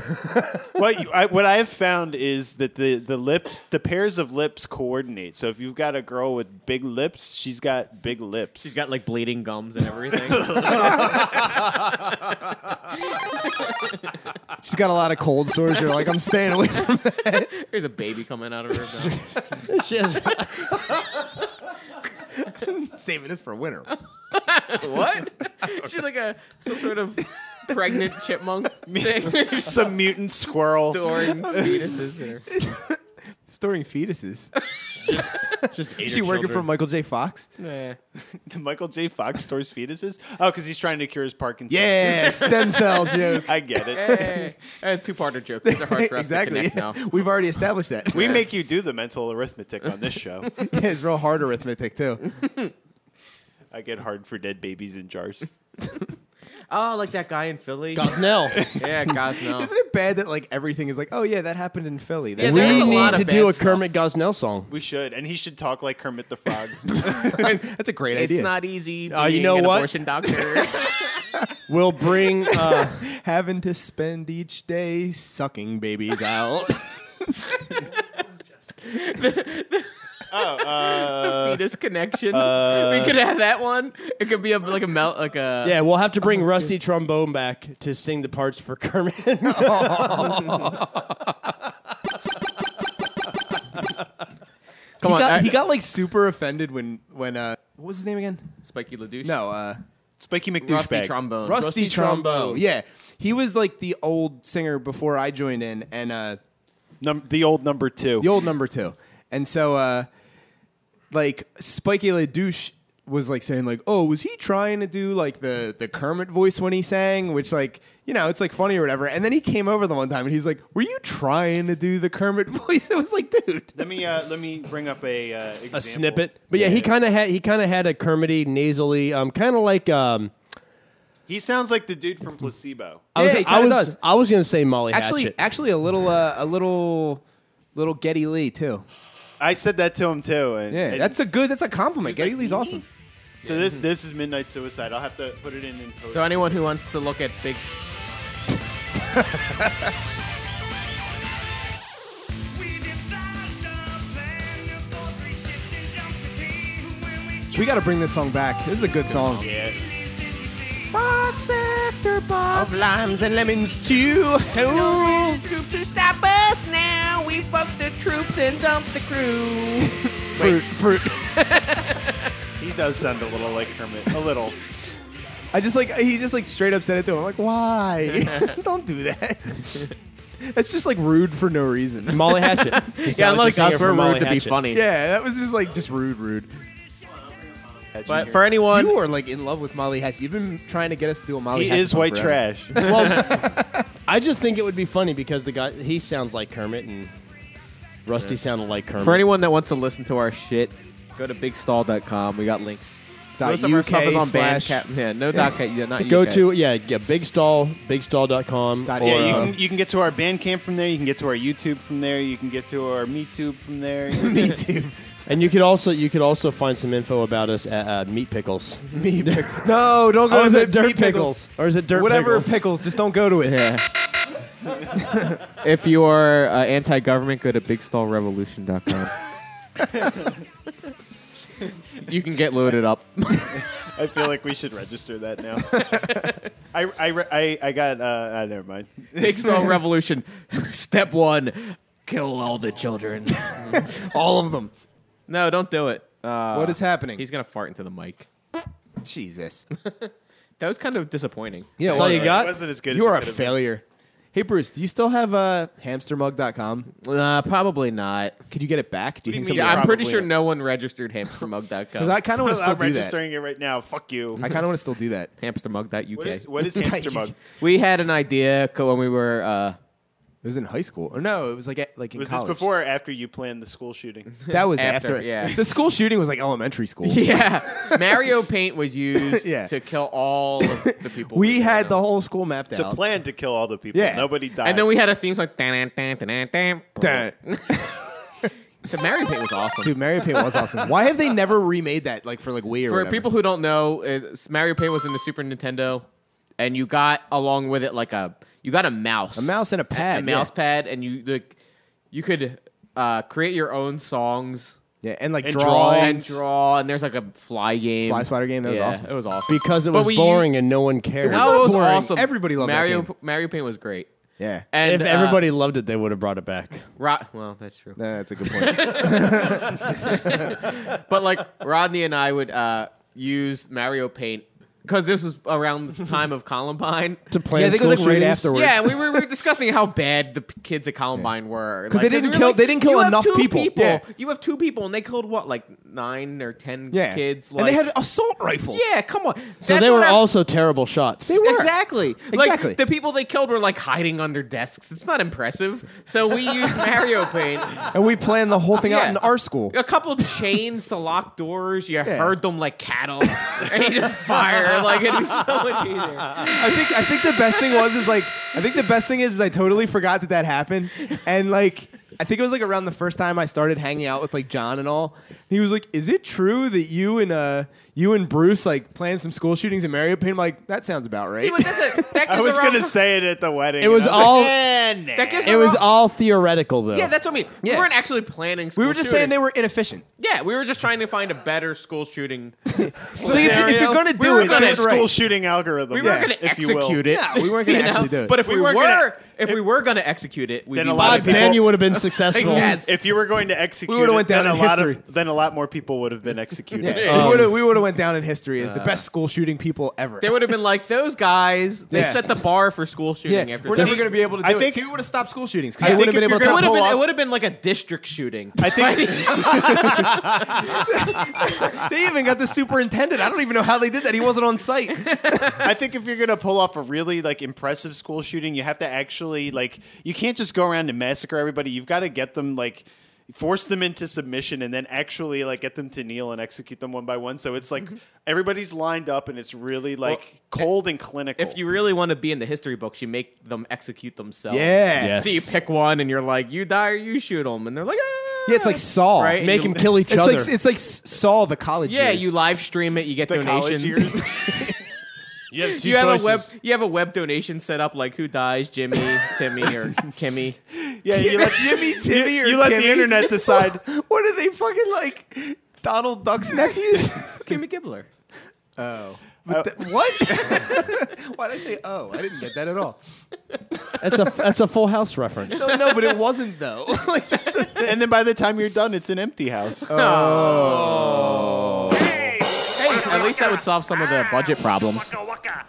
[SPEAKER 1] what you, I, what I have found is that the the lips, the pairs of lips coordinate. So if you've got a girl with big lips, she's got big lips.
[SPEAKER 2] She's got like bleeding gums and *laughs* everything.
[SPEAKER 3] *laughs* She's got a lot of cold sores. You're like, I'm staying away from that.
[SPEAKER 2] There's a baby coming out of her. Mouth.
[SPEAKER 4] She has-
[SPEAKER 3] Saving this for winter.
[SPEAKER 2] *laughs* What? *laughs* She's like a some sort of pregnant *laughs* chipmunk thing
[SPEAKER 1] some mutant *laughs* squirrel.
[SPEAKER 2] *laughs* storing fetuses in her.
[SPEAKER 3] Storing fetuses.
[SPEAKER 4] just ate
[SPEAKER 3] Is she
[SPEAKER 4] her
[SPEAKER 3] working for
[SPEAKER 4] children.
[SPEAKER 3] Michael J. Fox?
[SPEAKER 1] Michael J. Fox stores fetuses. Oh, because he's trying to cure his Parkinson's.
[SPEAKER 3] Yeah, *laughs* stem cell joke.
[SPEAKER 1] I get it.
[SPEAKER 2] Hey, a two-parter joke. These are hard for us
[SPEAKER 3] *laughs* exactly.
[SPEAKER 2] to connect
[SPEAKER 3] yeah.
[SPEAKER 2] now.
[SPEAKER 3] We've already established that.
[SPEAKER 1] We make you do the mental arithmetic on this
[SPEAKER 3] *laughs*
[SPEAKER 1] show.
[SPEAKER 3] yeah, *laughs* it's real hard arithmetic too.
[SPEAKER 1] I get hard for dead babies in jars.
[SPEAKER 2] Oh, like that guy in Philly.
[SPEAKER 4] Gosnell.
[SPEAKER 2] Yeah,
[SPEAKER 3] *laughs*
[SPEAKER 2] Gosnell.
[SPEAKER 3] Isn't it bad that like everything is like, oh yeah, that happened in Philly. That
[SPEAKER 2] Yeah,
[SPEAKER 4] we
[SPEAKER 2] There's a lot
[SPEAKER 4] need
[SPEAKER 2] of
[SPEAKER 4] to
[SPEAKER 2] bad
[SPEAKER 4] do a
[SPEAKER 2] stuff.
[SPEAKER 4] Kermit Gosnell song.
[SPEAKER 1] We should, and he should talk like Kermit the
[SPEAKER 3] *laughs*
[SPEAKER 1] Frog.
[SPEAKER 3] That's a great idea.
[SPEAKER 2] It's not easy.
[SPEAKER 4] Oh, you
[SPEAKER 2] being
[SPEAKER 4] know
[SPEAKER 2] an
[SPEAKER 4] what?
[SPEAKER 2] Abortion doctor.
[SPEAKER 4] We'll bring.
[SPEAKER 2] *laughs*
[SPEAKER 4] Uh,
[SPEAKER 3] Having to spend each day sucking babies out.
[SPEAKER 1] Oh, uh,
[SPEAKER 2] fetus connection. we could have that one. It could be a, like a melt, like a.
[SPEAKER 4] yeah, we'll have to bring Rusty Trombone back to sing the parts for *laughs* Kermit.
[SPEAKER 2] Oh, Come
[SPEAKER 3] he,
[SPEAKER 2] on,
[SPEAKER 3] got,
[SPEAKER 2] I-
[SPEAKER 3] he got like super offended when when uh what was his name again?
[SPEAKER 2] Spiky LaDouche.
[SPEAKER 3] No, uh
[SPEAKER 1] Spiky
[SPEAKER 2] Rusty
[SPEAKER 1] McDouchebag.
[SPEAKER 2] trombone.
[SPEAKER 3] Rusty,
[SPEAKER 4] Rusty
[SPEAKER 3] Trumbo.
[SPEAKER 4] Trumbo.
[SPEAKER 3] Yeah. He was like the old singer before I joined in and uh
[SPEAKER 1] Num- the old number two.
[SPEAKER 3] the old number two. And so, uh, like Spiky LaDouche was like saying like, "Oh, was he trying to do like the the Kermit voice when he sang?" Which like, you know, it's like funny or whatever. And then he came over the one time and he's like, "Were you trying to do the Kermit *laughs* voice?" It was like, dude,
[SPEAKER 1] let me uh, let me bring up a uh, example.
[SPEAKER 4] a snippet, but yeah, he kind of had he kind of had a Kermity nasally, um, kind of like um.
[SPEAKER 1] He sounds like the dude from Placebo.
[SPEAKER 4] I was,
[SPEAKER 3] Yeah, he
[SPEAKER 4] I
[SPEAKER 3] kinda
[SPEAKER 4] was,
[SPEAKER 3] does.
[SPEAKER 4] I was gonna say Molly
[SPEAKER 3] actually,
[SPEAKER 4] Hatchet.
[SPEAKER 3] actually, a little, uh, a little, little Getty Lee too.
[SPEAKER 1] I said that to him too. And,
[SPEAKER 3] Yeah,
[SPEAKER 1] and
[SPEAKER 3] that's a good, that's a compliment. Getty Lee's awesome.
[SPEAKER 1] so this this is Midnight Suicide. I'll have to put it in in post.
[SPEAKER 2] So anyone who wants to look at big. s-
[SPEAKER 3] We got to bring this song back. This is a good song.
[SPEAKER 1] yeah.
[SPEAKER 3] Box after box of limes and lemons too.
[SPEAKER 2] Troops to stop us now. We fuck the troops and dump the crew.
[SPEAKER 3] Fruit, fruit.
[SPEAKER 1] He does sound a little like Kermit. A little.
[SPEAKER 3] I just like he just like straight up said it to him. I'm like, *laughs* why? Don't do that. That's just like rude for no *laughs* reason.
[SPEAKER 4] Molly Hatchet.
[SPEAKER 2] *laughs*
[SPEAKER 4] He
[SPEAKER 2] Yeah,
[SPEAKER 4] sounded
[SPEAKER 2] unlike
[SPEAKER 4] the singer
[SPEAKER 2] us,
[SPEAKER 4] from
[SPEAKER 2] we're
[SPEAKER 4] Molly
[SPEAKER 2] rude to be
[SPEAKER 4] Hatchet.
[SPEAKER 2] funny.
[SPEAKER 3] Yeah, that was just like just rude, rude.
[SPEAKER 2] But for anyone,
[SPEAKER 3] You are like in love with Molly Hatchet. You've been trying to get us to do a Molly.
[SPEAKER 1] he
[SPEAKER 3] Hatchet
[SPEAKER 1] is
[SPEAKER 3] song
[SPEAKER 1] white
[SPEAKER 3] forever.
[SPEAKER 1] trash. *laughs*
[SPEAKER 4] Well,
[SPEAKER 2] *laughs*
[SPEAKER 4] I just think it would be funny because the guy he sounds like Kermit and Rusty sounded like Kermit.
[SPEAKER 2] for anyone that wants to listen to our shit, go to bigstall.com. We got links.
[SPEAKER 3] Dot
[SPEAKER 2] Most of our
[SPEAKER 3] UK
[SPEAKER 2] stuff is on
[SPEAKER 3] slash-
[SPEAKER 2] Bandcamp. Yeah, no dot ca- yeah, not
[SPEAKER 4] Go
[SPEAKER 2] UK.
[SPEAKER 4] to yeah, yeah bigstall bigstall.com
[SPEAKER 3] Dot
[SPEAKER 4] or
[SPEAKER 1] Yeah, you
[SPEAKER 3] uh,
[SPEAKER 1] can you can get to our Bandcamp from there. You can get to our YouTube from there. You can get to our MeTube from there. You can
[SPEAKER 3] *laughs* Me
[SPEAKER 1] get-
[SPEAKER 3] too.
[SPEAKER 4] And you could also you could also find some info about us at uh, Meat Pickles.
[SPEAKER 3] Me pickles. No, don't go
[SPEAKER 4] Oh,
[SPEAKER 3] to
[SPEAKER 4] is
[SPEAKER 3] the
[SPEAKER 4] it Dirt
[SPEAKER 3] meat pickles.
[SPEAKER 4] Pickles? Or is it Dirt
[SPEAKER 3] Whatever
[SPEAKER 4] Pickles?
[SPEAKER 3] Just don't go to *laughs* it.
[SPEAKER 2] Yeah. if you are uh, anti-government, go to bigstallrevolution.com. you can get loaded up.
[SPEAKER 1] *laughs* I feel like we should register that *laughs* now. I, I, re- I, I got uh, uh never mind.
[SPEAKER 2] *laughs* Bigstall Revolution. Step one: kill all the children.
[SPEAKER 3] All of them.
[SPEAKER 2] no, don't do it. Uh,
[SPEAKER 3] what is happening?
[SPEAKER 2] He's gonna fart into the mic.
[SPEAKER 3] Jesus.
[SPEAKER 2] That was kind of disappointing.
[SPEAKER 3] Yeah,
[SPEAKER 4] That's all you
[SPEAKER 1] It
[SPEAKER 4] got?
[SPEAKER 1] wasn't as good.
[SPEAKER 3] You
[SPEAKER 1] as
[SPEAKER 3] are
[SPEAKER 1] it
[SPEAKER 3] a
[SPEAKER 1] could've been.
[SPEAKER 3] failure. Hey Bruce, do you still have uh, hamstermug.com?
[SPEAKER 2] Uh, probably not.
[SPEAKER 3] Could you get it back? Do you
[SPEAKER 1] What
[SPEAKER 3] think
[SPEAKER 1] do you
[SPEAKER 3] somebody- *laughs*
[SPEAKER 2] Yeah, I'm pretty
[SPEAKER 1] Probably
[SPEAKER 2] sure
[SPEAKER 1] not.
[SPEAKER 2] no one registered hamstermug.com.
[SPEAKER 3] Because I kind of want to still
[SPEAKER 1] I'm
[SPEAKER 3] do that.
[SPEAKER 1] registering it right now. Fuck you.
[SPEAKER 3] I kind of want to still do that.
[SPEAKER 2] hamstermug.uk.
[SPEAKER 1] What is *laughs* what is hamster mug?
[SPEAKER 2] we had an idea co- when we were.
[SPEAKER 3] *laughs*
[SPEAKER 2] Uh,
[SPEAKER 3] It was in high school, or no? It was like at, like in
[SPEAKER 1] Was this
[SPEAKER 3] college.
[SPEAKER 1] before or after you planned the school *laughs* shooting?
[SPEAKER 3] That was
[SPEAKER 2] After,
[SPEAKER 3] after.
[SPEAKER 2] yeah.
[SPEAKER 3] The school shooting was like elementary school.
[SPEAKER 2] yeah, *laughs* Mario Paint was used
[SPEAKER 3] *laughs* Yeah.
[SPEAKER 2] to kill all of the people.
[SPEAKER 3] We had
[SPEAKER 2] know.
[SPEAKER 3] the whole school mapped
[SPEAKER 1] It's a
[SPEAKER 3] *laughs* out.
[SPEAKER 1] plan to kill all the people.
[SPEAKER 3] Yeah.
[SPEAKER 1] Nobody died.
[SPEAKER 2] and then we had a theme song. Dun, dun, dun, dun, dun.
[SPEAKER 3] Dun.
[SPEAKER 2] The Mario Paint was awesome.
[SPEAKER 3] Dude, Mario Paint was awesome. Why have they never remade that like for like Wii or
[SPEAKER 2] For
[SPEAKER 3] whatever?
[SPEAKER 2] people who don't know, it's- Mario Paint was in the Super Nintendo, and you got along with it like a you got a mouse,
[SPEAKER 3] A mouse and a pad,
[SPEAKER 2] a
[SPEAKER 3] yeah.
[SPEAKER 2] mouse pad, and you like you could uh, create your own songs
[SPEAKER 3] yeah, and like
[SPEAKER 1] And
[SPEAKER 3] draw
[SPEAKER 1] drawing.
[SPEAKER 2] and draw. And there's like a fly game,
[SPEAKER 3] Fly swatter game, that was
[SPEAKER 2] Yeah,
[SPEAKER 3] awesome.
[SPEAKER 2] It was awesome.
[SPEAKER 4] Because it
[SPEAKER 2] But
[SPEAKER 4] was
[SPEAKER 2] we-
[SPEAKER 4] boring and no one cared.
[SPEAKER 3] was not
[SPEAKER 2] no, it was
[SPEAKER 3] boring.
[SPEAKER 2] awesome.
[SPEAKER 3] Everybody loved that
[SPEAKER 2] Mario.
[SPEAKER 3] game.
[SPEAKER 2] Mario Paint was great.
[SPEAKER 3] Yeah,
[SPEAKER 2] And
[SPEAKER 4] if
[SPEAKER 2] uh,
[SPEAKER 4] everybody loved it, they would have brought it back.
[SPEAKER 2] Ro- well, that's true.
[SPEAKER 3] Nah, that's a good point.
[SPEAKER 2] *laughs* But
[SPEAKER 3] *laughs*
[SPEAKER 2] like Rodney and I would uh, use Mario Paint because this was around the time of
[SPEAKER 3] *laughs*
[SPEAKER 2] Columbine.
[SPEAKER 4] To plan
[SPEAKER 3] Yeah, I think it was,
[SPEAKER 4] school
[SPEAKER 3] like, right
[SPEAKER 4] shootings?
[SPEAKER 3] afterwards.
[SPEAKER 2] Yeah, we were, we were discussing how bad the p- kids at Columbine were
[SPEAKER 3] 'Cause they didn't
[SPEAKER 2] we were
[SPEAKER 3] kill- they didn't kill
[SPEAKER 2] "You have
[SPEAKER 3] enough
[SPEAKER 2] two
[SPEAKER 3] people." Yeah.
[SPEAKER 2] You have two people, and they killed what, like nine or ten
[SPEAKER 3] yeah,
[SPEAKER 2] kids. Like,
[SPEAKER 3] and they had assault rifles.
[SPEAKER 2] yeah, come on.
[SPEAKER 4] So they were also terrible shots.
[SPEAKER 3] were.
[SPEAKER 2] exactly
[SPEAKER 3] Exactly.
[SPEAKER 2] like the people they killed were like hiding under desks. It's not impressive. So we used Mario Paint.
[SPEAKER 3] and we planned the whole thing out
[SPEAKER 2] Yeah.
[SPEAKER 3] in our school.
[SPEAKER 2] A couple chains to lock doors. You heard them like cattle, and you just fire. Like it'd be so much easier.
[SPEAKER 3] I think I think the best thing was is like I think the best thing is, is I totally forgot that that happened, and like I think it was like around the first time I started hanging out with like John and all. He was like, "Is it true that you and uh you and Bruce like planned some school shootings in Mario Paint?" I'm like, "That sounds about right."
[SPEAKER 2] See, but that's a- that
[SPEAKER 1] I
[SPEAKER 2] goes
[SPEAKER 1] was
[SPEAKER 2] around-
[SPEAKER 1] gonna say it at the wedding.
[SPEAKER 4] It was
[SPEAKER 1] and I
[SPEAKER 4] all-
[SPEAKER 1] Like, eh, nah.
[SPEAKER 2] That gives
[SPEAKER 4] It was all theoretical though.
[SPEAKER 2] Yeah, that's what I mean.
[SPEAKER 3] Yeah.
[SPEAKER 2] We weren't actually planning. School
[SPEAKER 3] we were just saying they were inefficient.
[SPEAKER 2] Yeah, we were just trying to find a better school shooting.
[SPEAKER 3] So like, if, if you're gonna do
[SPEAKER 2] We were
[SPEAKER 3] it,
[SPEAKER 2] gonna
[SPEAKER 3] do
[SPEAKER 1] a
[SPEAKER 3] it
[SPEAKER 1] school
[SPEAKER 3] right.
[SPEAKER 1] shooting algorithm.
[SPEAKER 2] We
[SPEAKER 1] yeah,
[SPEAKER 2] were going to
[SPEAKER 1] if you will.
[SPEAKER 2] execute it.
[SPEAKER 3] Yeah, we weren't gonna
[SPEAKER 2] you know?
[SPEAKER 3] actually do it.
[SPEAKER 2] But if we,
[SPEAKER 1] We were
[SPEAKER 2] were,
[SPEAKER 1] gonna-
[SPEAKER 2] if, we were going to execute it, we'd
[SPEAKER 1] Then
[SPEAKER 2] be
[SPEAKER 1] a lot
[SPEAKER 4] God
[SPEAKER 1] of
[SPEAKER 2] better.
[SPEAKER 1] people-
[SPEAKER 4] damn, you would have been successful.
[SPEAKER 2] Yes.
[SPEAKER 1] If you were going to execute,
[SPEAKER 3] would've went
[SPEAKER 1] it,
[SPEAKER 3] down
[SPEAKER 1] then
[SPEAKER 3] in
[SPEAKER 1] a lot
[SPEAKER 3] history.
[SPEAKER 1] of then a lot more people would have been executed. Uh,
[SPEAKER 3] *laughs* Yeah, we would've- we would have went down in history as the best school shooting people ever.
[SPEAKER 2] They would have been like those guys. They
[SPEAKER 3] Yeah.
[SPEAKER 2] set the bar for school shooting.
[SPEAKER 3] yeah,
[SPEAKER 2] after
[SPEAKER 3] we're
[SPEAKER 2] this.
[SPEAKER 3] never gonna be able to do
[SPEAKER 1] I
[SPEAKER 3] it.
[SPEAKER 1] think-
[SPEAKER 3] so we would have stopped school shootings
[SPEAKER 1] I
[SPEAKER 3] because we would
[SPEAKER 1] think
[SPEAKER 3] have been
[SPEAKER 1] if
[SPEAKER 3] able
[SPEAKER 1] you're
[SPEAKER 2] It
[SPEAKER 3] to. cut
[SPEAKER 1] gonna pull
[SPEAKER 2] would have been. It
[SPEAKER 3] people
[SPEAKER 1] off-
[SPEAKER 2] would have been like a district shooting.
[SPEAKER 1] I think
[SPEAKER 3] off. They even got the superintendent. I don't even know how they did that. He wasn't on
[SPEAKER 4] *laughs*
[SPEAKER 3] site.
[SPEAKER 1] I think if you're gonna pull off a really like impressive school shooting, you have to actually like you can't just go around and massacre everybody. You've got to get them like force them into submission and then actually like get them to kneel and execute them one by one. So it's
[SPEAKER 3] Mm-hmm.
[SPEAKER 1] like everybody's lined up and it's really like
[SPEAKER 3] eh,
[SPEAKER 1] cold and clinical.
[SPEAKER 2] If you really want to be in the history books, you make them execute themselves.
[SPEAKER 3] Yeah.
[SPEAKER 4] Yes.
[SPEAKER 2] So you pick one, and you're like, "You die or you shoot them," and they're like, ah.
[SPEAKER 3] Yeah, it's like Saw.
[SPEAKER 2] Right?
[SPEAKER 4] Make them kill each
[SPEAKER 3] It's
[SPEAKER 4] other.
[SPEAKER 3] like it's like S- Saw the college.
[SPEAKER 2] Yeah,
[SPEAKER 3] years.
[SPEAKER 2] you live stream it. You get
[SPEAKER 1] the college
[SPEAKER 2] donations. *laughs*
[SPEAKER 1] years,
[SPEAKER 4] you have two
[SPEAKER 2] you have a web you have a web donation set up like who dies Jimmy Timmy
[SPEAKER 3] *laughs*
[SPEAKER 2] or Kimmy
[SPEAKER 1] yeah, you let
[SPEAKER 3] Jimmy Timmy
[SPEAKER 1] you,
[SPEAKER 3] or
[SPEAKER 1] you let
[SPEAKER 3] Kimmy?
[SPEAKER 1] the
[SPEAKER 3] *laughs*
[SPEAKER 1] internet decide.
[SPEAKER 3] What are they fucking like? Donald Duck's
[SPEAKER 1] *laughs*
[SPEAKER 3] nephews?
[SPEAKER 2] Kimmy Gibbler
[SPEAKER 3] oh. But th- what? *laughs* Why did I say oh? I didn't get that at all.
[SPEAKER 4] *laughs* That's a that's a Full House reference.
[SPEAKER 3] No, no, but it wasn't though. *laughs* like that's the thing.
[SPEAKER 1] and then
[SPEAKER 3] Oh.
[SPEAKER 4] Oh.
[SPEAKER 1] by the time you're done, it's an empty house.
[SPEAKER 2] hey and at least that would solve some of the budget problems.
[SPEAKER 5] Waka waka.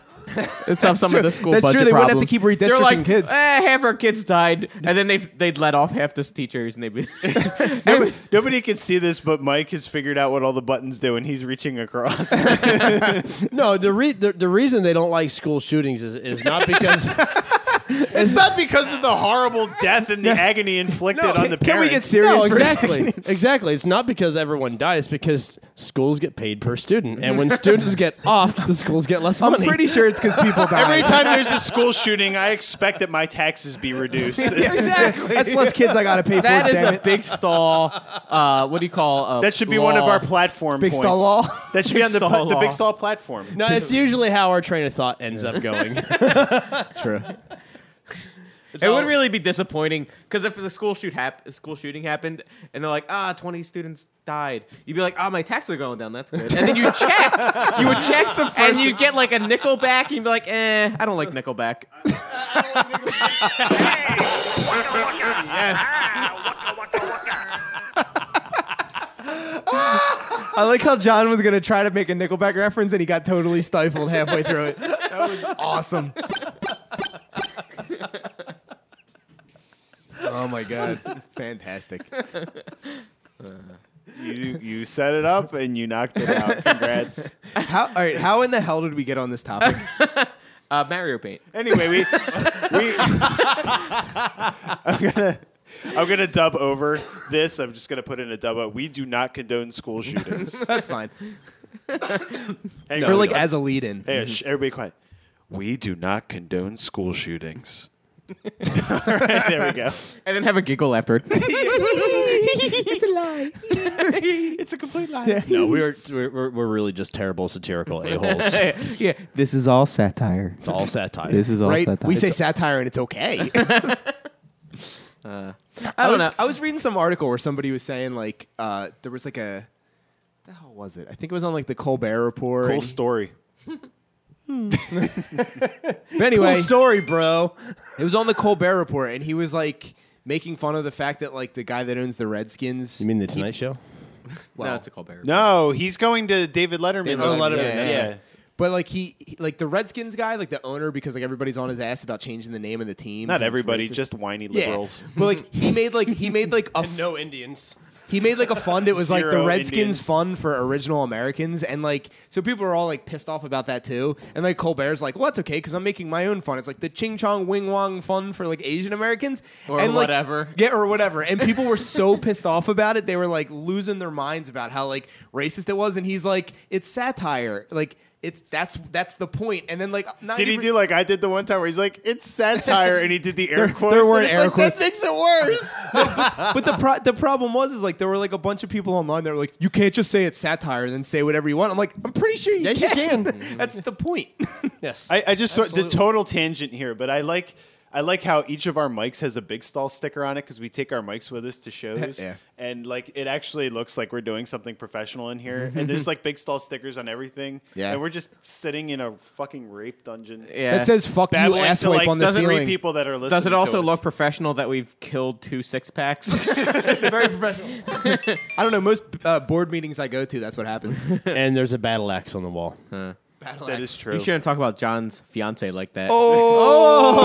[SPEAKER 2] It'd solve some of the
[SPEAKER 3] true.
[SPEAKER 2] school
[SPEAKER 3] That's true.
[SPEAKER 2] budget
[SPEAKER 3] They wouldn't have
[SPEAKER 2] problems.
[SPEAKER 3] to keep
[SPEAKER 2] They're
[SPEAKER 3] redistricting
[SPEAKER 2] like,
[SPEAKER 3] kids.
[SPEAKER 2] Eh, half our kids died, and then they'd they'd let off half the teachers, and they'd
[SPEAKER 3] *laughs*
[SPEAKER 2] be. *laughs*
[SPEAKER 1] Nobody, nobody can see this, but Mike has figured out what all the buttons do, and he's reaching across.
[SPEAKER 4] *laughs* No, the, re- the the reason they don't like school shootings is, is not *laughs* because
[SPEAKER 1] it's not because of the horrible death and the agony inflicted on the parents.
[SPEAKER 3] Can we get serious?
[SPEAKER 4] no,
[SPEAKER 3] for a
[SPEAKER 4] exactly,
[SPEAKER 3] second?
[SPEAKER 4] exactly. It's not because everyone died. It's because schools get paid per student, and when students *laughs* get offed, the schools get less
[SPEAKER 3] I'm
[SPEAKER 4] money.
[SPEAKER 3] pretty sure it's because people die.
[SPEAKER 1] *laughs*
[SPEAKER 3] *laughs*
[SPEAKER 1] Every time there's a school shooting, I expect that my taxes be
[SPEAKER 3] *laughs*
[SPEAKER 1] reduced.
[SPEAKER 3] exactly. That's less kids I got to pay for.
[SPEAKER 2] That is
[SPEAKER 3] damn
[SPEAKER 2] a
[SPEAKER 3] it.
[SPEAKER 2] big stall. Uh, what do you call a
[SPEAKER 1] That should be one of
[SPEAKER 2] law?
[SPEAKER 1] our platform
[SPEAKER 3] Big
[SPEAKER 1] points.
[SPEAKER 3] stall law.
[SPEAKER 1] That should be
[SPEAKER 2] Big
[SPEAKER 1] on the,
[SPEAKER 2] stall
[SPEAKER 1] pla- the
[SPEAKER 2] law.
[SPEAKER 1] big stall platform.
[SPEAKER 4] no, it's usually how our train of thought ends up going.
[SPEAKER 3] True.
[SPEAKER 2] It would really be disappointing because if the school shoot hap- school shooting happened and they're like, ah, 20 students died, you'd be like, ah, my taxes are going down. That's good. And then you check, you would check the first and you'd get like a nickel back, and you'd be like, eh, I don't like nickel back.
[SPEAKER 5] Hey, waka waka. Yes. Ah, waka waka waka.
[SPEAKER 3] I like how John was gonna try to make a Nickelback reference and he got totally stifled halfway through it. That was awesome. oh my god, fantastic!
[SPEAKER 1] You you set it up and you knocked it out. Congrats.
[SPEAKER 3] How all right? How in the hell did we get on this *laughs* topic?
[SPEAKER 2] Uh, Mario Paint.
[SPEAKER 1] Anyway, we we *laughs* I'm gonna I'm gonna dub over this. I'm just gonna put in a dub. uh, We do not condone school shootings.
[SPEAKER 3] That's fine.
[SPEAKER 1] Hang
[SPEAKER 3] Or
[SPEAKER 1] on.
[SPEAKER 3] like as a lead-in.
[SPEAKER 1] Hey, shh, everybody quiet. We do not condone school
[SPEAKER 3] *laughs*
[SPEAKER 1] shootings. All right, there we go.
[SPEAKER 2] And then have a giggle after it.
[SPEAKER 3] it's a
[SPEAKER 2] *laughs*
[SPEAKER 3] lie.
[SPEAKER 1] It's a complete lie.
[SPEAKER 4] *laughs* no, we're we're, we're really just terrible satirical *laughs* a holes. It's
[SPEAKER 2] yeah, this is all satire.
[SPEAKER 4] all satire.
[SPEAKER 2] is all
[SPEAKER 3] Right? We say satire and it's *laughs* okay.
[SPEAKER 2] I don't know.
[SPEAKER 3] Uh, I was reading some article where somebody was saying like uh, there was like a the hell was it? I think it was on like the Colbert Report.
[SPEAKER 1] Cool story.
[SPEAKER 3] But anyway,
[SPEAKER 4] story, bro.
[SPEAKER 3] it was on the Colbert Report, and he was like making fun of the fact that like the guy that owns the Redskins.
[SPEAKER 4] You mean the Tonight Show?
[SPEAKER 2] no, it's a Colbert.
[SPEAKER 1] No, he's going to David Letterman.
[SPEAKER 3] David Oh, Letterman,
[SPEAKER 1] Yeah.
[SPEAKER 3] yeah, yeah. But like he, he- like the Redskins guy, like the owner, because like everybody's on his ass about changing the name of the team.
[SPEAKER 1] Not
[SPEAKER 3] He's
[SPEAKER 1] everybody,
[SPEAKER 3] racist.
[SPEAKER 1] just whiny
[SPEAKER 3] yeah.
[SPEAKER 1] liberals.
[SPEAKER 3] *laughs* But like he made like he
[SPEAKER 1] *laughs*
[SPEAKER 3] made like a
[SPEAKER 4] No Indians.
[SPEAKER 3] He made like a fund. It was like the
[SPEAKER 1] Zero
[SPEAKER 3] Redskins
[SPEAKER 1] Indians.
[SPEAKER 3] fund for original Americans, and like so people are all like pissed off about that too. And like Colbert's like, well, that's okay because I'm making my own fund. It's like the Ching Chong Wing Wong Fund for like Asian Americans
[SPEAKER 2] Or
[SPEAKER 3] and, like,
[SPEAKER 2] whatever.
[SPEAKER 3] yeah, or whatever. And people were so *laughs* pissed off about it, they were like losing their minds about how like racist it was. And he's like, it's satire. Like it's that's that's the point. And then like,
[SPEAKER 1] Did
[SPEAKER 3] *laughs*
[SPEAKER 1] he do like I did the one time where he's like, it's satire, and he did the air quotes?
[SPEAKER 3] there
[SPEAKER 1] and
[SPEAKER 3] weren't
[SPEAKER 1] it's
[SPEAKER 3] air
[SPEAKER 1] like,
[SPEAKER 3] quotes.
[SPEAKER 1] That makes it worse.
[SPEAKER 3] *laughs* but the pro- the problem was is like there were like a bunch of people online that were like, you can't just say it's satire and then say whatever you want. I'm like, I'm pretty sure you
[SPEAKER 4] Yes, you
[SPEAKER 3] can. *laughs* That's
[SPEAKER 1] *laughs*
[SPEAKER 3] the point.
[SPEAKER 4] Yes.
[SPEAKER 1] I, I just sort the
[SPEAKER 4] Absolutely.
[SPEAKER 1] total tangent here, but I like I like how each of our mics has a big stall sticker on it because we take our mics with us to shows,
[SPEAKER 3] *laughs* Yeah.
[SPEAKER 1] and like it actually looks like we're doing something professional in here. and there's like big stall stickers on everything,
[SPEAKER 3] Mm-hmm. Yeah.
[SPEAKER 1] And we're just sitting in a fucking rape dungeon.
[SPEAKER 2] Yeah.
[SPEAKER 3] That says fuck you
[SPEAKER 1] Babbling
[SPEAKER 3] ass
[SPEAKER 1] to, like,
[SPEAKER 3] on the
[SPEAKER 1] doesn't read
[SPEAKER 3] ceiling.
[SPEAKER 1] people that are listening.
[SPEAKER 2] Does it
[SPEAKER 1] to
[SPEAKER 2] also
[SPEAKER 1] us.
[SPEAKER 2] look professional that we've killed two six *laughs* packs?
[SPEAKER 3] *laughs* Very professional. *laughs* I don't know. Most uh, board meetings I go to, that's
[SPEAKER 1] *laughs*
[SPEAKER 3] what happens.
[SPEAKER 4] *laughs* and there's a battle axe on the wall.
[SPEAKER 3] Battle
[SPEAKER 1] That
[SPEAKER 3] axe.
[SPEAKER 1] is
[SPEAKER 2] you
[SPEAKER 1] true.
[SPEAKER 2] shouldn't talk about John's fiance like that.
[SPEAKER 3] Oh.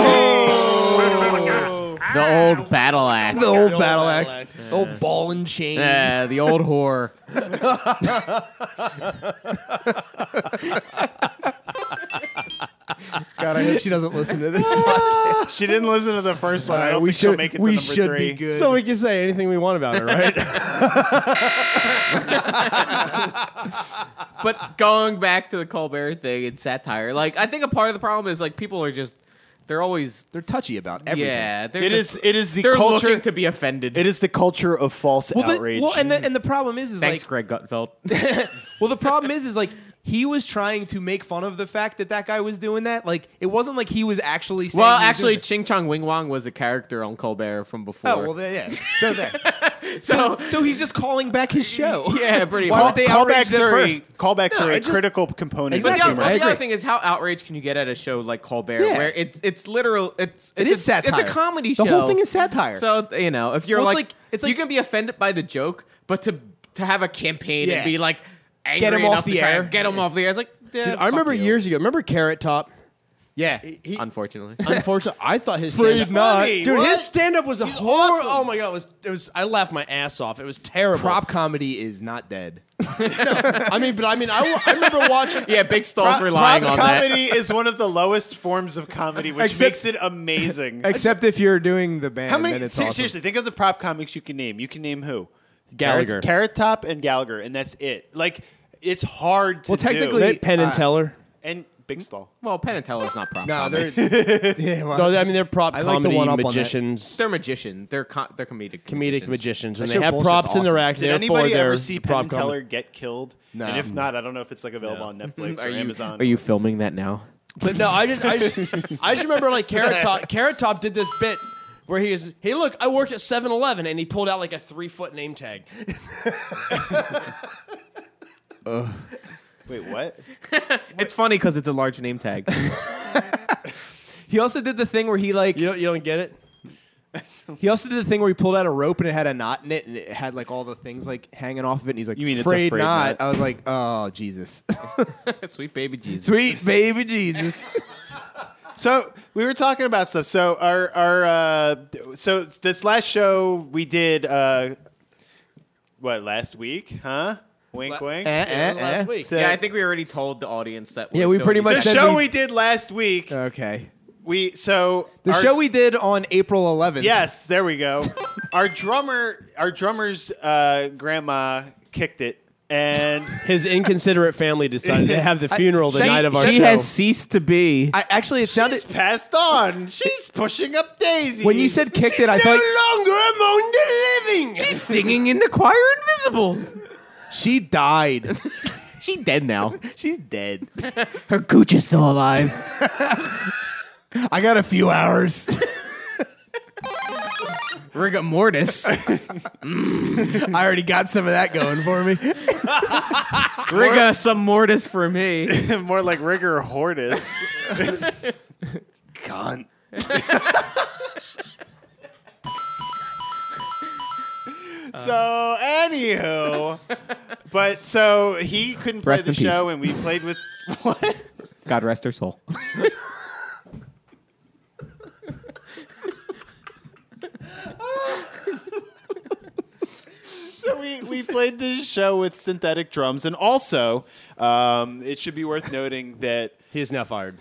[SPEAKER 2] The old battle axe.
[SPEAKER 3] the old battle axe, The old ball and chain. *laughs*
[SPEAKER 2] Yeah, the old whore.
[SPEAKER 3] God, *laughs* I hope she doesn't listen to this.
[SPEAKER 1] *laughs*
[SPEAKER 3] podcast.
[SPEAKER 1] She didn't listen to the first one. I don't
[SPEAKER 3] we
[SPEAKER 1] think she'll
[SPEAKER 3] should-
[SPEAKER 1] make it to
[SPEAKER 3] we
[SPEAKER 1] number
[SPEAKER 3] should be
[SPEAKER 1] three.
[SPEAKER 3] good.
[SPEAKER 4] So we can say anything we want about it, right?
[SPEAKER 2] But going back to the Colbert thing and satire, like I think a part of the problem is like people are just they're always
[SPEAKER 3] They're touchy about everything.
[SPEAKER 2] yeah they're
[SPEAKER 1] It
[SPEAKER 2] just,
[SPEAKER 1] is. It is the
[SPEAKER 2] they're
[SPEAKER 1] culture.
[SPEAKER 2] looking to be offended.
[SPEAKER 1] It is the culture of false
[SPEAKER 3] Well, the,
[SPEAKER 1] outrage.
[SPEAKER 3] well, and the and the problem is, is
[SPEAKER 2] Thanks,
[SPEAKER 3] like,
[SPEAKER 2] Greg
[SPEAKER 3] *laughs*
[SPEAKER 2] Gutfeld.
[SPEAKER 3] Well, the problem is, is like he was trying to make fun of the fact that that guy was doing that. Like it wasn't like he was actually. Saying
[SPEAKER 2] well,
[SPEAKER 3] he was
[SPEAKER 2] actually,
[SPEAKER 3] doing
[SPEAKER 2] Ching Chong Wing Wong was a character on Colbert from before.
[SPEAKER 3] it. oh well, there- yeah. So there.
[SPEAKER 2] *laughs* so
[SPEAKER 3] so he's just calling back his show.
[SPEAKER 2] *laughs* yeah, pretty
[SPEAKER 3] Why
[SPEAKER 2] much.
[SPEAKER 3] would they outrage
[SPEAKER 1] callbacks
[SPEAKER 3] them
[SPEAKER 1] are a,
[SPEAKER 3] first?
[SPEAKER 1] callbacks
[SPEAKER 3] No,
[SPEAKER 1] are a
[SPEAKER 3] it just-
[SPEAKER 1] critical component
[SPEAKER 2] But
[SPEAKER 1] of
[SPEAKER 2] the,
[SPEAKER 3] Exactly.
[SPEAKER 1] humor.
[SPEAKER 2] but
[SPEAKER 3] I
[SPEAKER 2] the other
[SPEAKER 3] agree.
[SPEAKER 2] thing is, how outraged can you get at a show like Colbert,
[SPEAKER 3] Yeah.
[SPEAKER 2] where it's it's literal, it's, it's
[SPEAKER 3] It is
[SPEAKER 2] a,
[SPEAKER 3] satire.
[SPEAKER 2] It's a comedy
[SPEAKER 3] The
[SPEAKER 2] show.
[SPEAKER 3] whole thing is satire.
[SPEAKER 2] So you know, if you're
[SPEAKER 3] Well, it's
[SPEAKER 2] like,
[SPEAKER 3] like- it's
[SPEAKER 2] you
[SPEAKER 3] like-
[SPEAKER 2] can be offended by the joke, but to to have a campaign
[SPEAKER 3] Yeah.
[SPEAKER 2] and be like, angry
[SPEAKER 3] Get him
[SPEAKER 2] enough
[SPEAKER 3] off
[SPEAKER 2] to
[SPEAKER 3] the
[SPEAKER 2] try and
[SPEAKER 3] air.
[SPEAKER 2] Get him off the air. It's like, yeah,
[SPEAKER 4] Dude, I
[SPEAKER 2] fuck
[SPEAKER 4] remember
[SPEAKER 2] you.
[SPEAKER 4] years ago. Remember Carrot Top?
[SPEAKER 3] Yeah.
[SPEAKER 4] He, *laughs*
[SPEAKER 2] Unfortunately, *laughs*
[SPEAKER 4] unfortunately, I thought his
[SPEAKER 3] Afraid
[SPEAKER 4] stand-up-
[SPEAKER 3] not.
[SPEAKER 4] Dude,
[SPEAKER 3] What?
[SPEAKER 4] his stand up was a horror. Oh my god, it was it was. I laughed my ass off. It was terrible. *laughs*
[SPEAKER 3] Prop comedy is not dead.
[SPEAKER 4] I mean, but I mean, I, I remember watching.
[SPEAKER 2] yeah, Big Stall's
[SPEAKER 1] Pro-
[SPEAKER 2] relying
[SPEAKER 1] prop
[SPEAKER 2] on that.
[SPEAKER 1] comedy is one of the lowest forms of comedy, which
[SPEAKER 3] Except-
[SPEAKER 1] makes it *laughs* amazing.
[SPEAKER 3] Except if you're doing the band,
[SPEAKER 1] How many?
[SPEAKER 3] then it's
[SPEAKER 1] se-
[SPEAKER 3] awesome.
[SPEAKER 1] Seriously, think of the prop comics you can name. You can name who?
[SPEAKER 4] Gallagher.
[SPEAKER 1] Carrot, Carrot Top, and Gallagher, and that's it. Like it's hard to
[SPEAKER 3] Well,
[SPEAKER 1] do.
[SPEAKER 3] technically-
[SPEAKER 4] Penn and
[SPEAKER 3] Uh,
[SPEAKER 4] Teller.
[SPEAKER 1] and Big Stall.
[SPEAKER 2] Well, Penn and Teller's not prop
[SPEAKER 3] No,
[SPEAKER 2] comedy.
[SPEAKER 3] they're. *laughs* yeah, well,
[SPEAKER 4] No, I mean they're prop
[SPEAKER 3] I like the
[SPEAKER 4] comedy
[SPEAKER 3] one up on that.
[SPEAKER 4] magicians,
[SPEAKER 2] They're magician. They're co- they're comedic
[SPEAKER 4] comedic
[SPEAKER 2] magicians.
[SPEAKER 4] magicians,
[SPEAKER 3] That
[SPEAKER 4] and they
[SPEAKER 3] shit
[SPEAKER 4] have
[SPEAKER 3] bullshit's
[SPEAKER 4] props in their
[SPEAKER 3] awesome.
[SPEAKER 4] act.
[SPEAKER 1] Did
[SPEAKER 4] therefore,
[SPEAKER 1] anybody
[SPEAKER 4] they're
[SPEAKER 1] ever see Penn
[SPEAKER 4] prop
[SPEAKER 1] and Teller
[SPEAKER 4] comedy.
[SPEAKER 1] get killed?
[SPEAKER 3] No.
[SPEAKER 1] And if not, I don't know if it's like available on *laughs* Netflix
[SPEAKER 2] Are
[SPEAKER 1] or
[SPEAKER 2] you,
[SPEAKER 1] Amazon.
[SPEAKER 2] Are you filming that now?
[SPEAKER 4] But no, I just, I just, I just remember like Carrot Top. Carrot Top did this bit where he is, hey, look, I worked at 7-Eleven, and he pulled out like a three foot name tag.
[SPEAKER 1] Wait, what?
[SPEAKER 2] It's funny because it's a large name tag.
[SPEAKER 3] *laughs* he also did the thing where he like
[SPEAKER 4] You don't, you don't get it?
[SPEAKER 3] he also did the thing where he pulled out a rope and it had a knot in it and it had like all the things like hanging off of it and he's like
[SPEAKER 1] You mean it's
[SPEAKER 3] afraid,
[SPEAKER 1] afraid
[SPEAKER 3] not.
[SPEAKER 1] not.
[SPEAKER 3] I was like oh Jesus *laughs*
[SPEAKER 2] Sweet baby Jesus.
[SPEAKER 3] sweet
[SPEAKER 2] *laughs*
[SPEAKER 3] baby Jesus
[SPEAKER 1] So we were talking about stuff. So our our uh, so this last show we did uh, what last week, huh? Wink,
[SPEAKER 4] La-
[SPEAKER 1] wink.
[SPEAKER 3] Eh, eh, eh.
[SPEAKER 4] Last week.
[SPEAKER 1] The-
[SPEAKER 2] Yeah, I think we already told the audience that.
[SPEAKER 3] Yeah,
[SPEAKER 2] we're
[SPEAKER 3] we
[SPEAKER 2] doing
[SPEAKER 3] pretty
[SPEAKER 2] these-
[SPEAKER 3] much
[SPEAKER 1] the
[SPEAKER 3] said
[SPEAKER 1] show
[SPEAKER 3] we-
[SPEAKER 1] we did last week.
[SPEAKER 3] okay
[SPEAKER 1] we so
[SPEAKER 3] the
[SPEAKER 1] our-
[SPEAKER 3] show we did on April 11th
[SPEAKER 1] Yes, there we
[SPEAKER 3] *laughs*
[SPEAKER 1] go. our drummer, our drummer's uh, grandma kicked it,
[SPEAKER 3] *laughs*
[SPEAKER 1] and
[SPEAKER 4] His inconsiderate family decided to have the funeral the
[SPEAKER 3] She-
[SPEAKER 4] night of our
[SPEAKER 2] She
[SPEAKER 4] show.
[SPEAKER 2] has ceased to be.
[SPEAKER 3] I, actually it sounded
[SPEAKER 1] she's passed on. She's pushing up daisies.
[SPEAKER 3] when you said kicked it I thought
[SPEAKER 4] longer among the
[SPEAKER 2] *laughs*
[SPEAKER 4] living.
[SPEAKER 2] She's singing in the choir invisible.
[SPEAKER 3] she died
[SPEAKER 2] She dead now.
[SPEAKER 3] she's dead
[SPEAKER 2] Her gooch is still alive.
[SPEAKER 3] *laughs* I got a few hours
[SPEAKER 2] *laughs*
[SPEAKER 3] *laughs*
[SPEAKER 2] Rigor mortis.
[SPEAKER 3] I already got some of that going for me
[SPEAKER 2] *laughs* Rigor some mortis for me.
[SPEAKER 1] *laughs* more like rigor hortus.
[SPEAKER 3] Cunt.
[SPEAKER 1] So, anywho, but so he couldn't play
[SPEAKER 2] Rest
[SPEAKER 1] the
[SPEAKER 2] in peace.
[SPEAKER 1] show, and we played with what?
[SPEAKER 2] God rest her soul.
[SPEAKER 1] So we we played this show with synthetic drums, and also um, it should be worth noting that
[SPEAKER 4] He is now fired.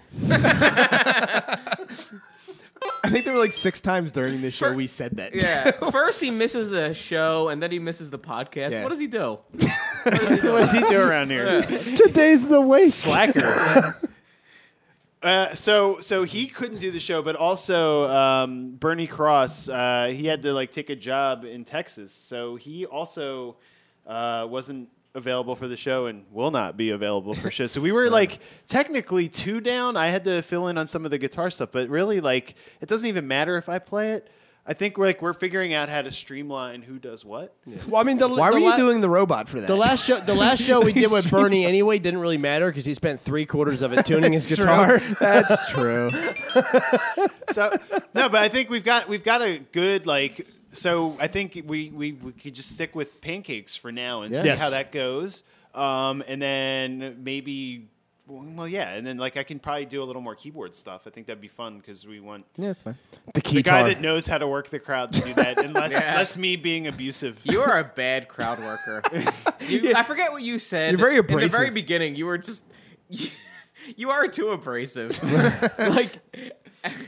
[SPEAKER 3] I think there were like six times during this show we said
[SPEAKER 2] *laughs*
[SPEAKER 3] that
[SPEAKER 2] Yeah. First he misses the show and then he misses the podcast.
[SPEAKER 3] Yeah.
[SPEAKER 2] What does he do?
[SPEAKER 1] what does he do around *laughs* here?
[SPEAKER 3] *laughs* today's the waste
[SPEAKER 1] Blacker. Uh, so so he couldn't do the show, but also um, Bernie Cross, uh, he had to like take a job in Texas, so he also uh, wasn't available for the show and will not be available for show. So we were like technically two down. I had to fill in on some of the guitar stuff, but really like it doesn't even matter if I play it. I think we're like we're figuring out how to streamline who does what.
[SPEAKER 4] Well, I mean, the,
[SPEAKER 3] why
[SPEAKER 4] the
[SPEAKER 3] were
[SPEAKER 4] la-
[SPEAKER 3] you doing the robot for that
[SPEAKER 4] The last show, the last show we did with Bernie anyway didn't really matter because he spent three quarters of it tuning his guitar. *laughs*
[SPEAKER 3] That's true.
[SPEAKER 1] so no, but I think we've got we've got a good like. So I think we we, we could just stick with pancakes for now and see
[SPEAKER 4] Yes.
[SPEAKER 1] how that goes. Um, and then maybe well yeah, and then like I can probably do a little more keyboard stuff. I think that'd be fun because we want
[SPEAKER 3] Yeah, that's *laughs* fine.
[SPEAKER 4] The
[SPEAKER 1] the
[SPEAKER 4] key
[SPEAKER 1] guy that knows how to work the crowd to do that, and less less me being abusive. *laughs*
[SPEAKER 2] You are a bad crowd worker. *laughs* You, I forget what you said.
[SPEAKER 3] You're very
[SPEAKER 2] In the very
[SPEAKER 3] abrasive.
[SPEAKER 2] beginning, you were just. *laughs* You, you are too *laughs* abrasive.
[SPEAKER 4] like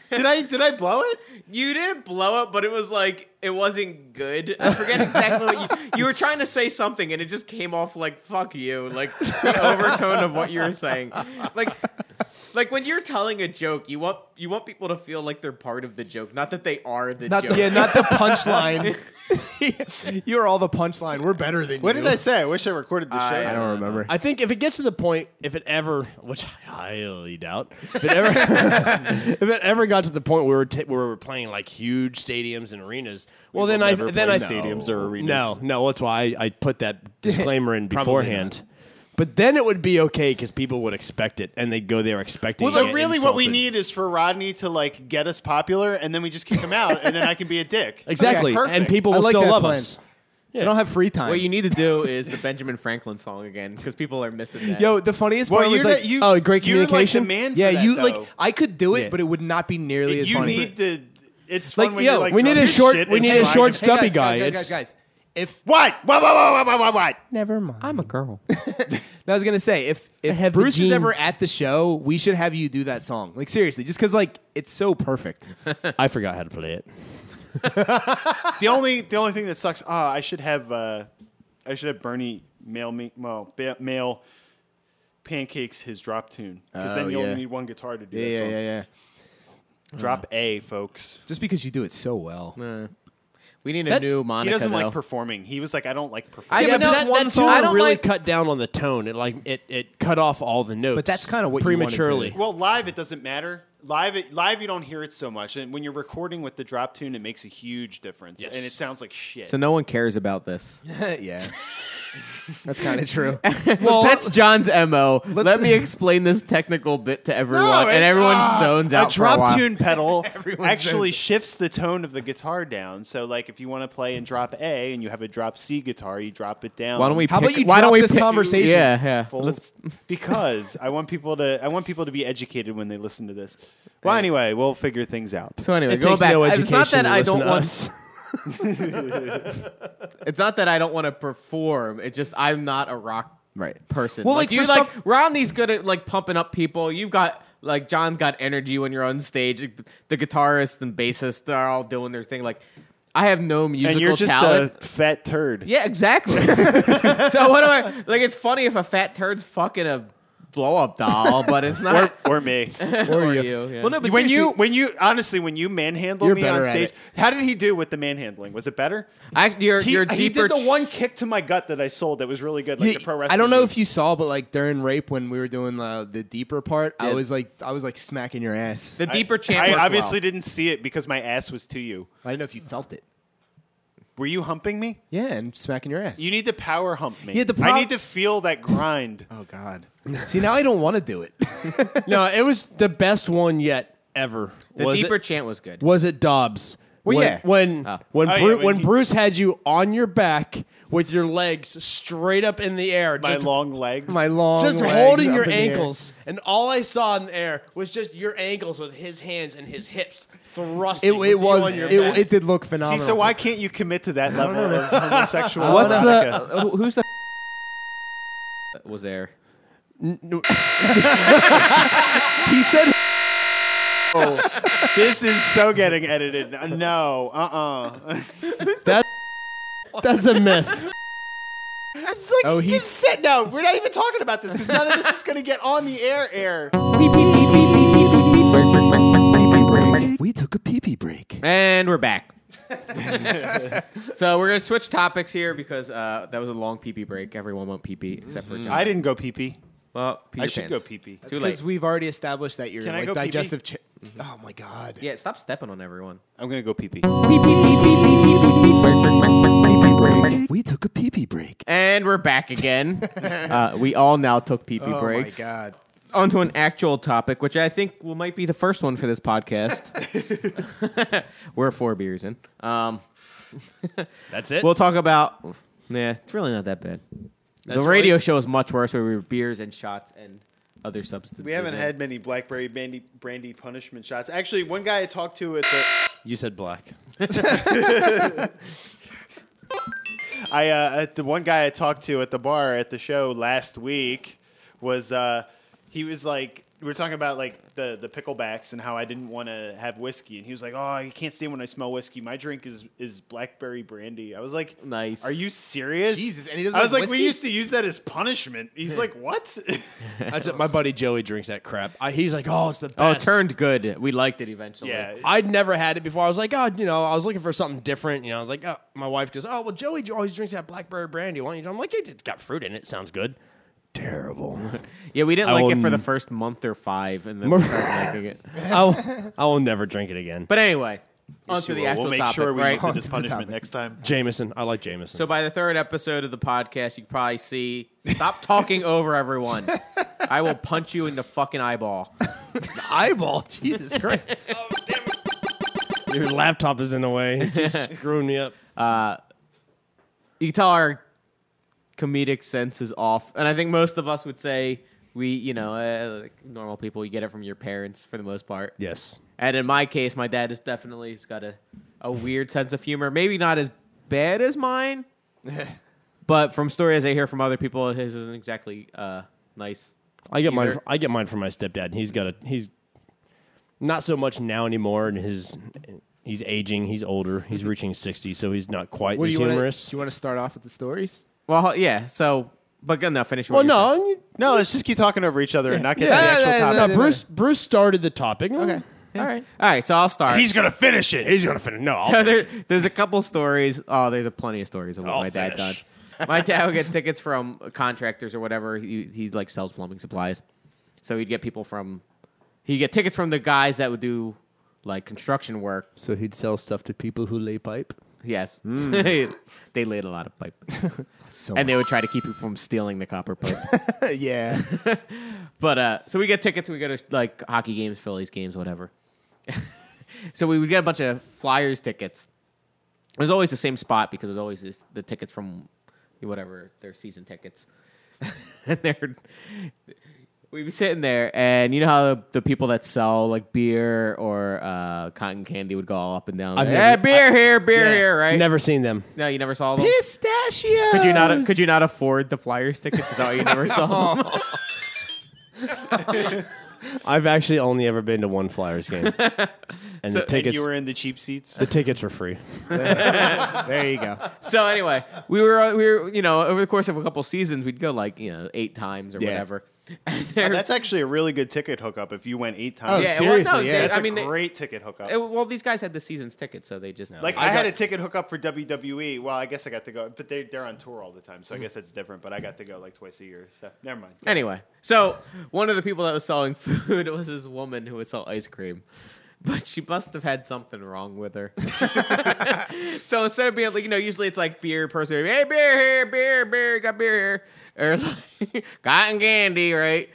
[SPEAKER 1] Did I did I blow it?
[SPEAKER 2] you didn't blow up, but it was like it wasn't good. I forget exactly what you you were trying to say something, and it just came off like "fuck you," like
[SPEAKER 1] *laughs*
[SPEAKER 2] the overtone of what you were saying, like. Like when you're telling a joke, you want you want people to feel like they're part of the joke, not that they are the
[SPEAKER 3] Not
[SPEAKER 2] joke.
[SPEAKER 3] yeah, not the punchline. *laughs* You're all the punchline. We're better than
[SPEAKER 1] What
[SPEAKER 3] you.
[SPEAKER 1] did I say? I wish I recorded the show.
[SPEAKER 3] I don't remember.
[SPEAKER 4] I think if it gets to the point, if it ever, which I highly doubt, if
[SPEAKER 3] *laughs*
[SPEAKER 4] it ever, if it ever got to the point where we're, t- where we're playing like huge stadiums and arenas, well then I
[SPEAKER 1] never
[SPEAKER 4] then
[SPEAKER 1] play
[SPEAKER 4] I
[SPEAKER 1] stadiums or arenas.
[SPEAKER 4] No, no, that's why I, I
[SPEAKER 3] *laughs*
[SPEAKER 4] put that disclaimer in beforehand. But then it would be okay because people would expect it and they'd go there expecting.
[SPEAKER 1] Well,
[SPEAKER 4] to
[SPEAKER 1] so
[SPEAKER 4] get
[SPEAKER 1] really, what we
[SPEAKER 4] insulted.
[SPEAKER 1] need is for Rodney to like get us popular, and then we just kick him out, and then I can be a dick. *laughs*
[SPEAKER 4] exactly,
[SPEAKER 3] Okay, perfect.
[SPEAKER 4] and people
[SPEAKER 3] I
[SPEAKER 4] will
[SPEAKER 3] like
[SPEAKER 4] still
[SPEAKER 3] that
[SPEAKER 4] love
[SPEAKER 3] plan.
[SPEAKER 4] us.
[SPEAKER 3] I don't have free time.
[SPEAKER 2] What you need to do is the Benjamin Franklin song again because people are missing that.
[SPEAKER 3] Yo, the funniest
[SPEAKER 1] Well,
[SPEAKER 3] part
[SPEAKER 1] you're
[SPEAKER 3] was like,
[SPEAKER 1] not- you,
[SPEAKER 4] oh, great
[SPEAKER 1] you're like the
[SPEAKER 4] communication?
[SPEAKER 1] man for
[SPEAKER 3] yeah,
[SPEAKER 1] that,
[SPEAKER 3] you
[SPEAKER 1] though.
[SPEAKER 3] like I could do it,
[SPEAKER 4] Yeah.
[SPEAKER 3] but it would not be nearly as
[SPEAKER 1] you
[SPEAKER 3] funny.
[SPEAKER 1] need to. It's fun
[SPEAKER 3] like,
[SPEAKER 1] when
[SPEAKER 3] yo,
[SPEAKER 1] you're like
[SPEAKER 4] we need
[SPEAKER 1] drunk
[SPEAKER 4] a
[SPEAKER 1] as
[SPEAKER 4] short-
[SPEAKER 1] shit
[SPEAKER 4] we
[SPEAKER 1] and
[SPEAKER 4] need a
[SPEAKER 1] trying to
[SPEAKER 4] short
[SPEAKER 1] pick-
[SPEAKER 4] stuff. stubby guy,
[SPEAKER 3] Guys, guys, guys,
[SPEAKER 4] it's-
[SPEAKER 3] If
[SPEAKER 1] *laughs* What? What? What? What? What? What? What?
[SPEAKER 3] never mind.
[SPEAKER 4] a girl.
[SPEAKER 3] No, I was gonna say if if
[SPEAKER 4] have the
[SPEAKER 3] Bruce is
[SPEAKER 4] gene.
[SPEAKER 3] ever at the show, we should have you do that song. Like seriously, just because like it's so perfect.
[SPEAKER 4] I forgot how to play it.
[SPEAKER 1] The only the only thing that sucks. Ah, I should have uh, I should have Bernie mail me well ba- mail pancakes his drop tune because
[SPEAKER 3] Oh,
[SPEAKER 1] then you
[SPEAKER 3] yeah.
[SPEAKER 1] only need one guitar to do that song.
[SPEAKER 3] yeah.
[SPEAKER 1] Drop A, folks.
[SPEAKER 3] Just because you do it so well.
[SPEAKER 2] we need a
[SPEAKER 4] That-
[SPEAKER 2] new Monica.
[SPEAKER 1] he doesn't
[SPEAKER 2] though.
[SPEAKER 1] like performing. He was like, I don't like performing.
[SPEAKER 2] Yeah,
[SPEAKER 4] Yeah,
[SPEAKER 2] but
[SPEAKER 4] but
[SPEAKER 2] no,
[SPEAKER 4] that,
[SPEAKER 2] one
[SPEAKER 4] that
[SPEAKER 2] song-
[SPEAKER 4] tune
[SPEAKER 2] I don't
[SPEAKER 4] really
[SPEAKER 2] like-
[SPEAKER 4] cut down on the tone. It like it, it cut off all the notes.
[SPEAKER 3] that's kinda what you wanna do.
[SPEAKER 4] prematurely.
[SPEAKER 1] well, live it doesn't matter. Live, it, live you don't hear it so much, and when you're recording with the drop tune, it makes a huge difference, and it sounds like shit.
[SPEAKER 2] so no one cares about this.
[SPEAKER 3] *laughs* yeah. That's kind of *laughs* true.
[SPEAKER 2] Well, that's John's mo. Let
[SPEAKER 3] *laughs*
[SPEAKER 2] me explain this technical bit to everyone, and
[SPEAKER 1] it-
[SPEAKER 2] everyone
[SPEAKER 1] ah,
[SPEAKER 2] zones out
[SPEAKER 1] A
[SPEAKER 2] for a
[SPEAKER 1] drop
[SPEAKER 2] while.
[SPEAKER 1] tune
[SPEAKER 2] *laughs*
[SPEAKER 1] pedal
[SPEAKER 3] Everyone
[SPEAKER 1] actually shifts the tone of the guitar down. So, like, if you want to play and drop A, and you have a drop C guitar, you drop it down.
[SPEAKER 2] Why don't we?
[SPEAKER 3] How
[SPEAKER 2] pick,
[SPEAKER 3] about you
[SPEAKER 2] Why don't
[SPEAKER 3] drop
[SPEAKER 2] we
[SPEAKER 3] this
[SPEAKER 2] pick-
[SPEAKER 3] conversation?
[SPEAKER 2] Yeah, yeah.
[SPEAKER 1] Full-
[SPEAKER 2] Let's-
[SPEAKER 1] *laughs* because I want people to I want people to be educated when they listen to this. Well, anyway, we'll figure things out.
[SPEAKER 2] so anyway,
[SPEAKER 4] it
[SPEAKER 2] go
[SPEAKER 4] takes
[SPEAKER 2] back.
[SPEAKER 4] no education
[SPEAKER 2] it's not that
[SPEAKER 4] to
[SPEAKER 2] I
[SPEAKER 4] listen
[SPEAKER 2] don't
[SPEAKER 4] to
[SPEAKER 2] want.
[SPEAKER 4] us.
[SPEAKER 2] It's not that I don't want to perform. It's just I'm not a rock
[SPEAKER 3] Right.
[SPEAKER 2] person.
[SPEAKER 3] Well,
[SPEAKER 2] Well, like,
[SPEAKER 3] like,
[SPEAKER 2] you
[SPEAKER 3] for
[SPEAKER 2] like
[SPEAKER 3] stuff-
[SPEAKER 2] Rodney's good at like pumping up people. You've got like John's got energy when you're on stage. The guitarist and bassist are all doing their thing. Like I have no musical
[SPEAKER 1] and you're just
[SPEAKER 2] talent.
[SPEAKER 1] a fat turd.
[SPEAKER 2] yeah,
[SPEAKER 1] *laughs*
[SPEAKER 2] exactly. so what do I like? It's funny if a fat turd's fucking a blow up doll, but it's not.
[SPEAKER 1] Or, or
[SPEAKER 2] *laughs*
[SPEAKER 1] me.
[SPEAKER 3] Or,
[SPEAKER 2] you. yeah.
[SPEAKER 3] Well, no, but
[SPEAKER 1] when you
[SPEAKER 3] seriously-
[SPEAKER 1] when you honestly when you manhandled
[SPEAKER 3] You're
[SPEAKER 1] me
[SPEAKER 3] better
[SPEAKER 1] on
[SPEAKER 3] at
[SPEAKER 1] stage,
[SPEAKER 3] it.
[SPEAKER 1] how did he do with the manhandling? Was it better?
[SPEAKER 2] I, you're,
[SPEAKER 1] He,
[SPEAKER 2] you're
[SPEAKER 1] he
[SPEAKER 2] deeper.
[SPEAKER 1] did the one kick to my gut that I sold that was really good, like
[SPEAKER 3] Yeah,
[SPEAKER 1] the pro wrestling.
[SPEAKER 3] I don't know
[SPEAKER 1] move.
[SPEAKER 3] if you saw, but like during rape when we were doing the, the deeper part, I
[SPEAKER 2] Yeah.
[SPEAKER 3] was like I was like smacking your ass.
[SPEAKER 2] the deeper chant.
[SPEAKER 1] I
[SPEAKER 2] worked
[SPEAKER 1] obviously
[SPEAKER 2] well.
[SPEAKER 1] didn't see it because my ass was to you.
[SPEAKER 3] I didn't know if you felt it.
[SPEAKER 1] Were you humping me?
[SPEAKER 3] Yeah, and smacking your ass.
[SPEAKER 1] You need to power hump me.
[SPEAKER 3] Yeah, the
[SPEAKER 1] I
[SPEAKER 3] prob-
[SPEAKER 1] need to feel that
[SPEAKER 3] *laughs*
[SPEAKER 1] grind.
[SPEAKER 3] oh God. See now I don't want to do *laughs* it.
[SPEAKER 4] no, it was the best one yet ever.
[SPEAKER 2] The
[SPEAKER 4] was
[SPEAKER 2] deeper
[SPEAKER 4] it,
[SPEAKER 2] chant was good.
[SPEAKER 4] was it Dobbs?
[SPEAKER 3] Well,
[SPEAKER 4] when,
[SPEAKER 3] yeah.
[SPEAKER 4] When when,
[SPEAKER 1] Oh, yeah,
[SPEAKER 4] Bru-
[SPEAKER 1] when
[SPEAKER 4] when,
[SPEAKER 1] he-
[SPEAKER 4] Bruce had you on your back with your legs straight up in the air,
[SPEAKER 1] My
[SPEAKER 4] just,
[SPEAKER 1] long legs.
[SPEAKER 3] My long
[SPEAKER 4] just
[SPEAKER 3] legs
[SPEAKER 4] holding
[SPEAKER 3] up
[SPEAKER 4] your
[SPEAKER 3] in the air.
[SPEAKER 4] ankles, and all I saw in the air was just your ankles with his hands and his hips thrusting.
[SPEAKER 3] It,
[SPEAKER 4] with
[SPEAKER 3] it
[SPEAKER 4] you
[SPEAKER 3] was
[SPEAKER 4] on your
[SPEAKER 3] it,
[SPEAKER 4] back.
[SPEAKER 3] it did look
[SPEAKER 1] See,
[SPEAKER 3] phenomenal.
[SPEAKER 1] so why can't you commit to that level
[SPEAKER 3] *laughs*
[SPEAKER 1] of homosexual?
[SPEAKER 2] What's the?
[SPEAKER 1] Monica?
[SPEAKER 2] uh, who- who's the? Was there?
[SPEAKER 3] he said
[SPEAKER 1] This is so getting edited. Uh, No, uh, *laughs* uh
[SPEAKER 4] That's a myth.
[SPEAKER 3] Oh he's
[SPEAKER 1] Sit. No, we're not even talking about this because none of this is going to get on the air. Air.
[SPEAKER 3] We took a pee pee break.
[SPEAKER 2] And
[SPEAKER 1] *laughs*
[SPEAKER 2] we're back. so we're gonna switch topics here because uh, that was a long pee pee break. Everyone went pee pee except for John.
[SPEAKER 1] Mm-hmm. I didn't go pee pee.
[SPEAKER 2] well, pee
[SPEAKER 1] I
[SPEAKER 2] your
[SPEAKER 1] should
[SPEAKER 2] pants.
[SPEAKER 1] go pee pee.
[SPEAKER 2] Too late.
[SPEAKER 3] Because we've already established that your
[SPEAKER 1] Can I
[SPEAKER 3] like
[SPEAKER 1] go pee-pee?
[SPEAKER 3] digestive. Chi- oh my god.
[SPEAKER 2] Yeah, stop stepping on everyone.
[SPEAKER 1] I'm going to go pee pee.
[SPEAKER 3] We took a pee pee break.
[SPEAKER 2] And we're
[SPEAKER 1] *laughs*
[SPEAKER 2] back again. uh, we all now took pee pee
[SPEAKER 3] Oh
[SPEAKER 2] breaks.
[SPEAKER 3] my god.
[SPEAKER 2] Onto an actual topic, which I think will might be the first one for
[SPEAKER 1] *laughs*
[SPEAKER 2] this podcast. *laughs* we're four beers in. Um,
[SPEAKER 4] That's it.
[SPEAKER 2] We'll talk about. Nah, it's really not that bad. the radio show is much worse, where we were beers and shots and other substances.
[SPEAKER 1] We haven't
[SPEAKER 2] in.
[SPEAKER 1] had many blackberry brandy, brandy punishment shots. Actually, one guy I talked to at the
[SPEAKER 4] you said black.
[SPEAKER 1] I uh, at the one guy I talked to at the bar at the show last week was uh, he was like we were talking about like the the picklebacks and how I didn't want to have whiskey and he was like oh I can't stand when I smell whiskey my drink is is blackberry brandy I was like
[SPEAKER 2] Nice.
[SPEAKER 1] are you serious
[SPEAKER 3] Jesus, and he doesn't
[SPEAKER 1] I was
[SPEAKER 3] like
[SPEAKER 1] like we
[SPEAKER 3] whiskey?
[SPEAKER 1] used to use that as punishment he's *laughs* like what
[SPEAKER 4] That's it. My buddy Joey drinks that crap. I, he's like, oh, it's the
[SPEAKER 2] Oh,
[SPEAKER 4] best.
[SPEAKER 2] it turned good. We liked it eventually.
[SPEAKER 1] yeah
[SPEAKER 4] I'd never had it before. I was like, oh, you know, I was looking for something different. You know, I was like, oh, my wife goes, oh, well, Joey always drinks that blackberry brandy. Why don't you? I'm like, it's got fruit in it. Sounds good. Terrible.
[SPEAKER 2] yeah. We didn't
[SPEAKER 4] I
[SPEAKER 2] like
[SPEAKER 4] will
[SPEAKER 2] it for the
[SPEAKER 4] n-
[SPEAKER 2] first month or five, and
[SPEAKER 1] *laughs*
[SPEAKER 2] then we started liking it.
[SPEAKER 4] I will, I will never drink it again. But
[SPEAKER 2] But anyway, on to the actual
[SPEAKER 1] we'll make
[SPEAKER 2] topic.
[SPEAKER 1] sure we *laughs*
[SPEAKER 2] right?
[SPEAKER 1] use it
[SPEAKER 2] *laughs*
[SPEAKER 3] Onto
[SPEAKER 1] as
[SPEAKER 3] the
[SPEAKER 1] punishment
[SPEAKER 3] topic.
[SPEAKER 1] next time
[SPEAKER 4] Jameson, I like Jameson.
[SPEAKER 2] So *laughs* by the third episode of the podcast, you can probably see. Stop talking
[SPEAKER 1] *laughs*
[SPEAKER 2] over everyone. I will punch you in the fucking eyeball.
[SPEAKER 3] Eyeball. *laughs* Jesus Christ.
[SPEAKER 4] *laughs* Your laptop is in the way. It just screwed me up.
[SPEAKER 2] you can tell our comedic sense is off, and I think most of us would say we, you know, uh, like normal people, you get it from your parents for the most part.
[SPEAKER 4] Yes.
[SPEAKER 2] And in my case, my dad is definitely has got a, a weird sense of humor. Maybe not as bad as mine, but from stories I hear from other people, his isn't exactly uh, nice.
[SPEAKER 4] I get mine.
[SPEAKER 2] Either.
[SPEAKER 4] I get mine from my stepdad. and He's got a. He's not so much now anymore, and his he's aging. He's older. He's reaching sixty, so he's not quite
[SPEAKER 3] What do
[SPEAKER 4] as
[SPEAKER 3] you want?
[SPEAKER 4] humorous.
[SPEAKER 3] Do you want to start off with the stories?
[SPEAKER 2] Well, yeah. So, but good enough. Finish. what
[SPEAKER 4] well,
[SPEAKER 2] you're
[SPEAKER 4] no, you-
[SPEAKER 1] No, let's just keep talking over each other and not get to the
[SPEAKER 3] Yeah,
[SPEAKER 1] actual
[SPEAKER 3] yeah,
[SPEAKER 1] topic.
[SPEAKER 4] no.
[SPEAKER 3] yeah.
[SPEAKER 4] Bruce Bruce started the topic. Okay.
[SPEAKER 2] saying. All right. So I'll start.
[SPEAKER 4] He's gonna finish it. He's gonna finish. No, I'll
[SPEAKER 2] so *laughs* there, there's a couple stories. Oh, there's a plenty of stories of what
[SPEAKER 4] I'll
[SPEAKER 2] my dad
[SPEAKER 4] finish.
[SPEAKER 2] done. My dad would get tickets from contractors or whatever. He he like sells plumbing supplies, so he'd get people from. He'd get tickets from the guys that would do like construction work.
[SPEAKER 4] So he'd sell stuff to people who lay pipe.
[SPEAKER 2] Yes, *laughs* they laid a lot of pipe,
[SPEAKER 3] So
[SPEAKER 2] and they would try to keep you from stealing the copper pipe.
[SPEAKER 3] *laughs* yeah,
[SPEAKER 2] But uh, so we get tickets. We go to like hockey games, Phillies games, whatever. *laughs* so we would get a bunch of Flyers tickets. It was always the same spot because it was always this, the tickets from whatever their season tickets. *laughs* and they're we'd be sitting there, and you know how the, the people that sell like beer or uh, cotton candy would go all up and down.
[SPEAKER 4] I've
[SPEAKER 2] like,
[SPEAKER 4] never-
[SPEAKER 2] "Eh, beer here, beer here, right?
[SPEAKER 4] Never seen them.
[SPEAKER 2] No, you never saw them.
[SPEAKER 3] pistachio.
[SPEAKER 2] Could you not? Could you not afford the Flyers tickets? Is that why you
[SPEAKER 4] *laughs*
[SPEAKER 2] never saw them?
[SPEAKER 4] I've actually only ever been to one Flyers game, and the
[SPEAKER 1] And
[SPEAKER 4] tickets
[SPEAKER 1] you were in the cheap seats.
[SPEAKER 4] *laughs* the tickets are free.
[SPEAKER 3] There you go.
[SPEAKER 2] so anyway, we were we were you know over the course of a couple seasons we'd go like you know eight times or
[SPEAKER 3] Yeah.
[SPEAKER 2] whatever. *laughs* Er,
[SPEAKER 1] That's actually a really good ticket hookup if you went eight
[SPEAKER 3] Oh,
[SPEAKER 1] times.
[SPEAKER 2] Yeah, well,
[SPEAKER 3] seriously,
[SPEAKER 2] no,
[SPEAKER 3] yeah.
[SPEAKER 2] they-
[SPEAKER 1] That's
[SPEAKER 2] I
[SPEAKER 1] a
[SPEAKER 2] mean, they-
[SPEAKER 1] great ticket hookup.
[SPEAKER 2] Eh, well, these guys had the season's tickets, so they just
[SPEAKER 1] like I, had a ticket hookup for WWE. Well, I guess I got to go, but they they're on tour all the time, so I guess that's different. But I got to go like twice a year, so never mind.
[SPEAKER 2] Anyway, so one of the people that was selling *laughs* food was this woman who would sell ice cream. But she must have had something wrong with her. *laughs* so instead of being like, you know, usually it's like beer person, hey, beer here, beer, beer, got beer here, or *laughs* like cotton candy, right?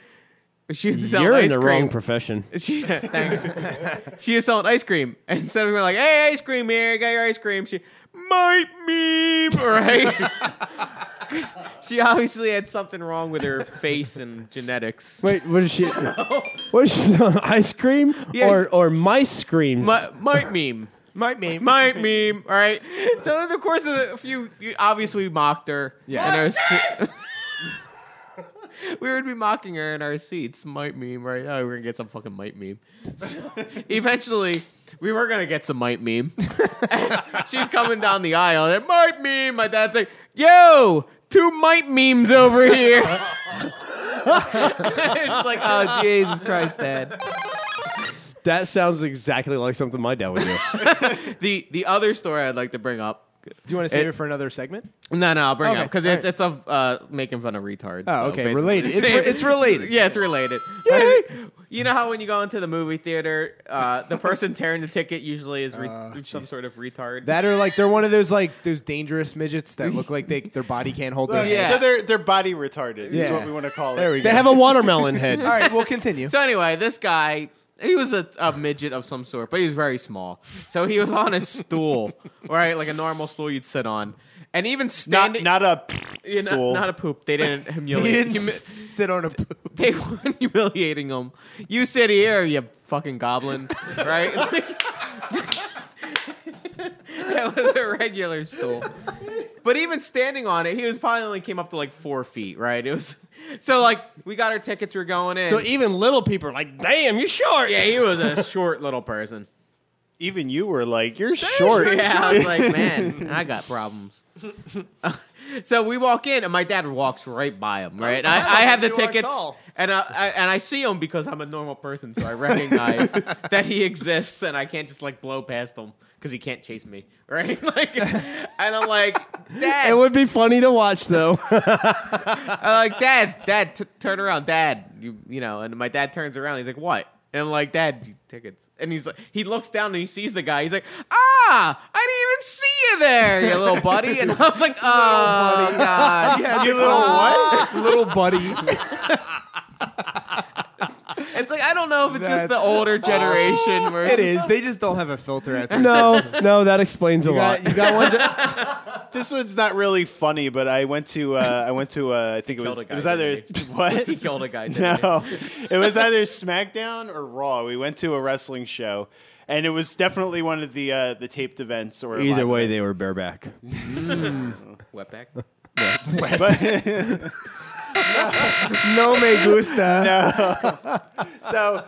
[SPEAKER 2] She was selling
[SPEAKER 4] You're in
[SPEAKER 2] ice
[SPEAKER 4] the
[SPEAKER 2] cream.
[SPEAKER 4] wrong profession.
[SPEAKER 2] *laughs* She, thank- she was selling ice cream. And instead of being like, hey, ice cream here, got your ice cream, she, might meme, right? *laughs* 'Cause she obviously had something wrong with her face and genetics.
[SPEAKER 4] Wait, what is she? what is she on ice cream
[SPEAKER 2] Yeah.
[SPEAKER 4] or or mice screams?
[SPEAKER 2] Mi- might meme.
[SPEAKER 3] Might mean
[SPEAKER 2] Might meme, all right? So, in the course of the few, you obviously mocked her.
[SPEAKER 3] Yeah.
[SPEAKER 2] in our se- *laughs* we would be mocking her in our seats. Might meme, right? Oh, we're going to get some fucking might meme. *laughs* So, eventually, we were going to get some might meme. *laughs* She's coming down the aisle. And might meme. My dad's like, yo, two might memes over here. *laughs* It's like, oh, Jesus Christ, Dad.
[SPEAKER 4] That sounds exactly like something my dad would do.
[SPEAKER 2] The, the other story I'd like to bring up
[SPEAKER 3] Do you want to save
[SPEAKER 2] It-
[SPEAKER 3] it for another segment?
[SPEAKER 2] No, no, I'll bring it
[SPEAKER 3] Okay,
[SPEAKER 2] up because
[SPEAKER 3] all
[SPEAKER 2] it's, it's of uh, making fun of retards. so
[SPEAKER 3] Oh, okay,
[SPEAKER 2] basically-
[SPEAKER 3] related. It's re-
[SPEAKER 2] *laughs*
[SPEAKER 3] it's related.
[SPEAKER 2] Yeah, it's related. But You know how when you go into the movie theater, uh, the person *laughs* tearing the ticket usually is re- some sort of retard.
[SPEAKER 3] Oh, That or like they're one of those like those dangerous midgets that look like they their body can't
[SPEAKER 1] Oh,
[SPEAKER 3] hold their.
[SPEAKER 2] yeah.
[SPEAKER 3] hand.
[SPEAKER 1] So they're they're body retarded. Is
[SPEAKER 3] Oh, Yeah.
[SPEAKER 1] what we want to call it.
[SPEAKER 3] There we go.
[SPEAKER 4] They have a watermelon head.
[SPEAKER 3] All right, we'll continue.
[SPEAKER 2] so anyway, this guy, he was a, a midget of some sort, but he was very small. So he was on a stool, *laughs* right, like a normal stool you'd sit on, and even
[SPEAKER 1] Not
[SPEAKER 2] standing,
[SPEAKER 1] not a
[SPEAKER 2] yeah, not-
[SPEAKER 1] stool.
[SPEAKER 2] not a poop. They
[SPEAKER 3] *laughs*
[SPEAKER 2] didn't humiliate.
[SPEAKER 3] he didn't
[SPEAKER 2] humi-
[SPEAKER 3] s- sit on a poop.
[SPEAKER 2] *laughs* they weren't humiliating him. You sit here, you fucking goblin, right? *laughs* that was a regular stool. But even standing on it, he was probably only came up to like four feet, right? It was so like we got our tickets, we are going in.
[SPEAKER 4] So e- even little people are like, "Damn, you're short."
[SPEAKER 2] yeah, he was a short little person.
[SPEAKER 1] Even you were like, you're short. *laughs*
[SPEAKER 2] Yeah, I was like,
[SPEAKER 3] *laughs*
[SPEAKER 2] man, I got problems. *laughs* so we walk in, and my dad walks right by him. Right, I, I have the
[SPEAKER 3] You are
[SPEAKER 2] tickets,
[SPEAKER 3] tall.
[SPEAKER 2] and I, I and I see him because I'm a normal person, so I
[SPEAKER 3] *laughs*
[SPEAKER 2] recognize that he exists, and I can't just like blow past him because he can't chase me. *laughs* Right, like, and I'm like,
[SPEAKER 3] *laughs*
[SPEAKER 2] Dad,
[SPEAKER 4] It would be funny to watch though.
[SPEAKER 2] I'm like, Dad, Dad, t- turn around, Dad. You, you know, and my dad turns around. He's like, what? And I'm like, Dad, you- tickets. And he's like, he looks down and he sees the guy. He's like, ah, I didn't even see you there, you little buddy. And I was
[SPEAKER 3] *laughs*
[SPEAKER 2] like, oh god.
[SPEAKER 3] you little what? little buddy.
[SPEAKER 2] It's like I don't know if it's just the
[SPEAKER 3] That's-
[SPEAKER 2] older generation where it's
[SPEAKER 3] *laughs* It
[SPEAKER 2] just-
[SPEAKER 3] is. They just don't have a filter. At
[SPEAKER 4] no, no, that explains a
[SPEAKER 3] You *laughs*
[SPEAKER 4] lot.
[SPEAKER 3] got, you got one.
[SPEAKER 1] this one's not really funny, but I went to uh, I went to uh, I think it was
[SPEAKER 2] killed a
[SPEAKER 1] it
[SPEAKER 2] guy,
[SPEAKER 1] was either
[SPEAKER 2] didn't
[SPEAKER 1] *laughs* what
[SPEAKER 2] *laughs* He killed a guy, didn't
[SPEAKER 1] No, *laughs* it was either SmackDown or Raw. We went to a wrestling show, and it was definitely one of the uh, the taped events or
[SPEAKER 4] Either
[SPEAKER 1] live
[SPEAKER 4] way,
[SPEAKER 1] events.
[SPEAKER 4] they were bareback.
[SPEAKER 2] Wetback.
[SPEAKER 3] no me *laughs* gusta.
[SPEAKER 1] so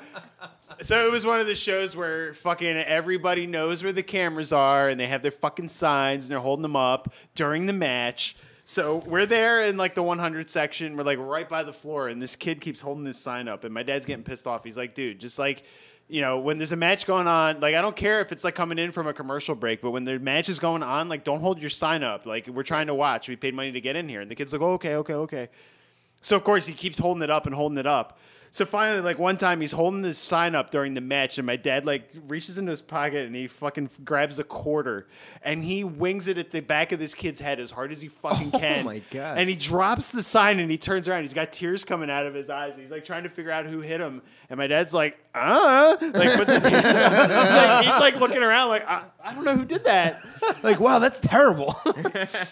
[SPEAKER 1] so it was one of the shows where fucking everybody knows where the cameras are and they have their fucking signs and they're holding them up during the match. So we're there in like the 100 section. We're like right by the floor, and this kid keeps holding this sign up, and my dad's getting pissed off. He's like, "Dude, just like." You know, when there's a match going on, like I don't care if it's like coming in from a commercial break, but when the match is going on, like don't hold your sign up. Like we're trying to watch. We paid money to get in here. And the kid's like, oh, okay, okay, okay. So of course he keeps holding it up and holding it up. So finally, like one time, he's holding this sign up during the match, and my dad like reaches into his pocket and he fucking f- grabs a quarter, and he wings it at the back of this kid's head as hard as he
[SPEAKER 3] *laughs*
[SPEAKER 1] fucking can.
[SPEAKER 3] Oh my God.
[SPEAKER 1] And he drops the sign and he turns around. He's got tears coming out of his eyes. He's like trying to figure out who hit him, and my dad's like, uh, like puts
[SPEAKER 3] *laughs*
[SPEAKER 1] his hands up. Like, he's like looking around, like I, I don't know who did that.
[SPEAKER 3] Like, wow, that's terrible.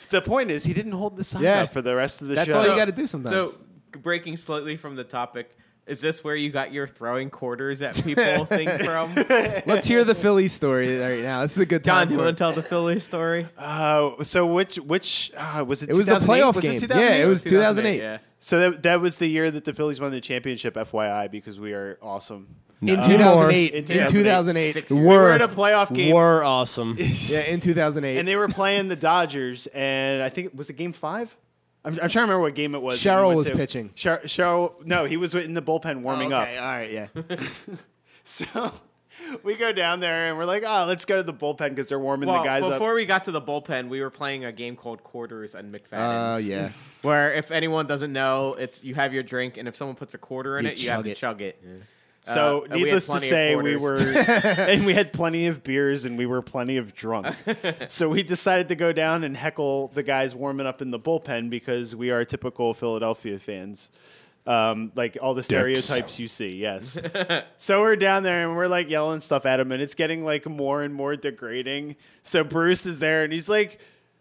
[SPEAKER 1] The point is, he didn't hold the sign
[SPEAKER 3] Yeah.
[SPEAKER 1] up for the rest of the
[SPEAKER 3] That's
[SPEAKER 1] show.
[SPEAKER 3] all you gotta do sometimes.
[SPEAKER 2] So, breaking slightly from the topic, is this where you got your throwing quarters at
[SPEAKER 3] *laughs*
[SPEAKER 2] people thing from?
[SPEAKER 3] *laughs* Let's hear the Philly story right now. This is a good
[SPEAKER 2] John,
[SPEAKER 3] time.
[SPEAKER 2] do you
[SPEAKER 3] for
[SPEAKER 2] want
[SPEAKER 3] it.
[SPEAKER 2] to tell the Philly story?
[SPEAKER 1] Uh, so which which uh, was it?
[SPEAKER 3] It was the
[SPEAKER 1] 2008?
[SPEAKER 3] playoff
[SPEAKER 1] Was it
[SPEAKER 3] game.
[SPEAKER 1] 2008?
[SPEAKER 3] Yeah, it was 2008.
[SPEAKER 2] Yeah.
[SPEAKER 1] So that that was the year that the Phillies won the championship. FYI, because we are awesome.
[SPEAKER 3] in
[SPEAKER 4] Uh,
[SPEAKER 3] 2008.
[SPEAKER 1] In
[SPEAKER 3] In
[SPEAKER 1] 2008.
[SPEAKER 3] 2008.
[SPEAKER 2] Six years.
[SPEAKER 1] We were at a playoff game,
[SPEAKER 4] Were awesome.
[SPEAKER 3] Yeah, in 2008.
[SPEAKER 1] and they were playing the Dodgers, and I think it was it Game Five. I'm, I'm trying to remember what game it was. that
[SPEAKER 3] Sherrill
[SPEAKER 1] we went
[SPEAKER 3] was
[SPEAKER 1] to.
[SPEAKER 3] pitching.
[SPEAKER 1] Sher- Sherrill, no, he was in the bullpen warming up.
[SPEAKER 3] All right, yeah.
[SPEAKER 1] *laughs* So we go down there, and we're like, oh, let's go to the bullpen because they're warming
[SPEAKER 2] Well,
[SPEAKER 1] the guys up.
[SPEAKER 2] before we got to the bullpen, we were playing a game called Quarters and McFadden's.
[SPEAKER 3] Oh, yeah.
[SPEAKER 2] Where if anyone doesn't know, it's you have your drink, and if someone puts a quarter in
[SPEAKER 3] You
[SPEAKER 2] it, you have
[SPEAKER 3] chug
[SPEAKER 2] to
[SPEAKER 3] it.
[SPEAKER 2] chug it.
[SPEAKER 1] So,
[SPEAKER 2] Uh, and we had
[SPEAKER 1] needless to
[SPEAKER 2] plenty of
[SPEAKER 1] say, we were
[SPEAKER 2] quarters. *laughs*
[SPEAKER 1] and we had plenty of beers and we were plenty of drunk. so we decided to go down and heckle the guys warming up in the bullpen because we are typical Philadelphia fans. Um, like all the stereotypes you see, yes. so we're down there and we're like yelling stuff at him, and it's getting like more and more degrading. So Bruce is there and he's like,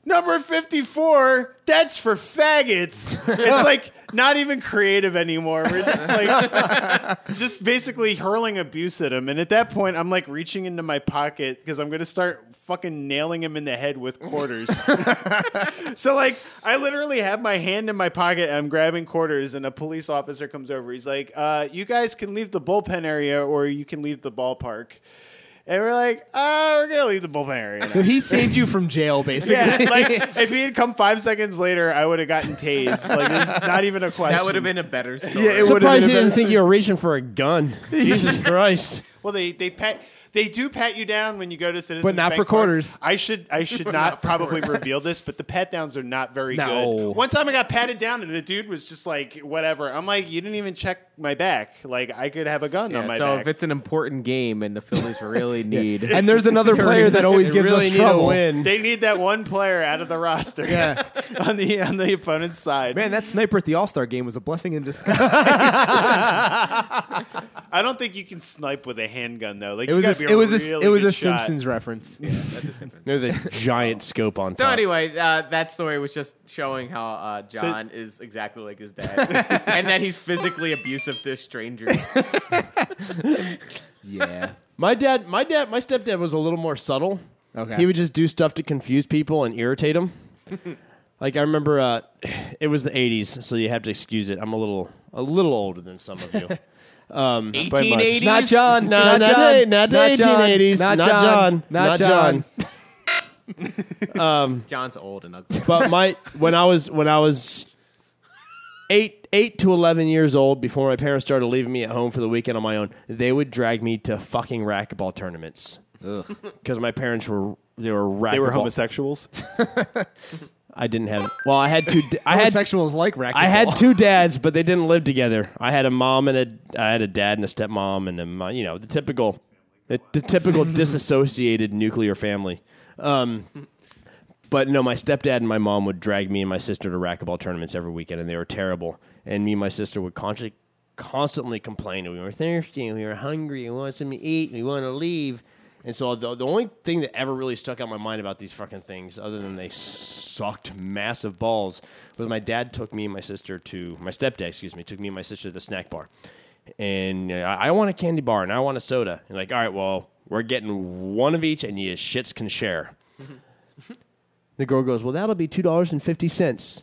[SPEAKER 1] Number 54, that's for
[SPEAKER 2] *laughs*
[SPEAKER 1] faggots. it's like not even creative anymore. We're just like, just basically hurling abuse at him. And at that point, I'm like reaching into my pocket because I'm going to start fucking nailing him in the head with quarters. so, like, I literally have my hand in my pocket and I'm grabbing quarters, and a police officer comes over. He's like, uh, You guys can leave the bullpen area or you can leave the ballpark. And we're like, uh, We're going to leave the bullpen area. now."
[SPEAKER 3] *laughs* So he saved you from jail, basically.
[SPEAKER 1] Yeah, like if he had come five seconds later, I would have gotten tased. Like it's not even a question.
[SPEAKER 2] That would have been a better story.
[SPEAKER 3] *laughs* Yeah, it would have
[SPEAKER 4] Surprised
[SPEAKER 3] been.
[SPEAKER 4] you didn't
[SPEAKER 3] a better-
[SPEAKER 4] think you were reaching for a gun. Jesus Christ.
[SPEAKER 1] Well, they they pat they do pat you down when you go to Citizens,
[SPEAKER 3] But not
[SPEAKER 1] Bank
[SPEAKER 3] for
[SPEAKER 1] Park.
[SPEAKER 3] quarters.
[SPEAKER 1] I should
[SPEAKER 3] *laughs*
[SPEAKER 1] I should not, probably reveal this, but the pat downs are not very
[SPEAKER 3] No.
[SPEAKER 1] good. One time I got patted down and the dude was just like whatever. I'm like, you didn't even check my back. Like I could have a gun on my
[SPEAKER 2] so
[SPEAKER 1] back.
[SPEAKER 2] if it's an important game and the
[SPEAKER 3] *laughs*
[SPEAKER 2] Phillies really need,
[SPEAKER 3] And there's another player that always
[SPEAKER 4] They
[SPEAKER 3] gives
[SPEAKER 4] really
[SPEAKER 3] us
[SPEAKER 4] need a
[SPEAKER 3] trouble.
[SPEAKER 4] win.
[SPEAKER 1] they need that one player out of the roster
[SPEAKER 3] *laughs* Yeah.
[SPEAKER 1] *laughs* on the on the opponent's side.
[SPEAKER 3] Man, that sniper at the All Star game was a blessing in *laughs* disguise.
[SPEAKER 1] I don't think you can snipe with a handgun though. Like
[SPEAKER 3] It
[SPEAKER 1] you
[SPEAKER 3] was
[SPEAKER 1] gotta be
[SPEAKER 3] a, it was a,
[SPEAKER 1] really
[SPEAKER 3] it was
[SPEAKER 1] good
[SPEAKER 3] a
[SPEAKER 1] shot.
[SPEAKER 3] Simpsons *laughs* reference.
[SPEAKER 4] They're the giant scope on
[SPEAKER 2] *laughs*
[SPEAKER 4] top.
[SPEAKER 2] So anyway, uh, that story was just showing how uh, John is exactly like his dad, *laughs* and that he's physically abusive to
[SPEAKER 3] *laughs*
[SPEAKER 2] strangers.
[SPEAKER 3] Yeah.
[SPEAKER 4] My dad, my dad, my stepdad was a little more subtle.
[SPEAKER 3] Okay.
[SPEAKER 4] He would just do stuff to confuse people and irritate them. like I remember, uh, it was the '80s, so you have to excuse it. I'm a little, a little older than some of you.
[SPEAKER 2] Eighteen eighties.
[SPEAKER 4] Not John. No, not,
[SPEAKER 3] John.
[SPEAKER 4] the- not the
[SPEAKER 3] Not John.
[SPEAKER 4] 1880s.
[SPEAKER 3] Not
[SPEAKER 4] Not,
[SPEAKER 3] John.
[SPEAKER 4] John.
[SPEAKER 3] Not John.
[SPEAKER 2] John's old and ugly.
[SPEAKER 4] but my when I was when I was eight eight to eleven years old, before my parents started leaving me at home for the weekend on my own, they would drag me to fucking racquetball tournaments because my parents were they were racquetball.
[SPEAKER 1] They were
[SPEAKER 3] *laughs*
[SPEAKER 1] homosexuals.
[SPEAKER 4] I didn't have. Well, I had two. d- I had
[SPEAKER 3] Homosexuals like racquetball.
[SPEAKER 4] I had two dads, but they didn't live together. I had a mom and a I had a dad and a stepmom and a mo- you know the typical the, the
[SPEAKER 1] *laughs*
[SPEAKER 4] typical disassociated nuclear family. Um, but no, my stepdad and my mom would drag me and my sister to racquetball tournaments every weekend, and they were terrible. And me and my sister would constantly constantly complain. We were thirsty, we were hungry, we wanted something to eat, we want to leave. And so the, the only thing that ever really stuck out in my mind about these fucking things, other than they sucked massive balls, was my dad took me and my sister to my stepdad, excuse me, took me and my sister to the snack bar, and you know, I, I want a candy bar and I want a soda, and like, all right, well, we're getting one of each, and you shits can share. the girl goes, well, that'll be two dollars and fifty cents.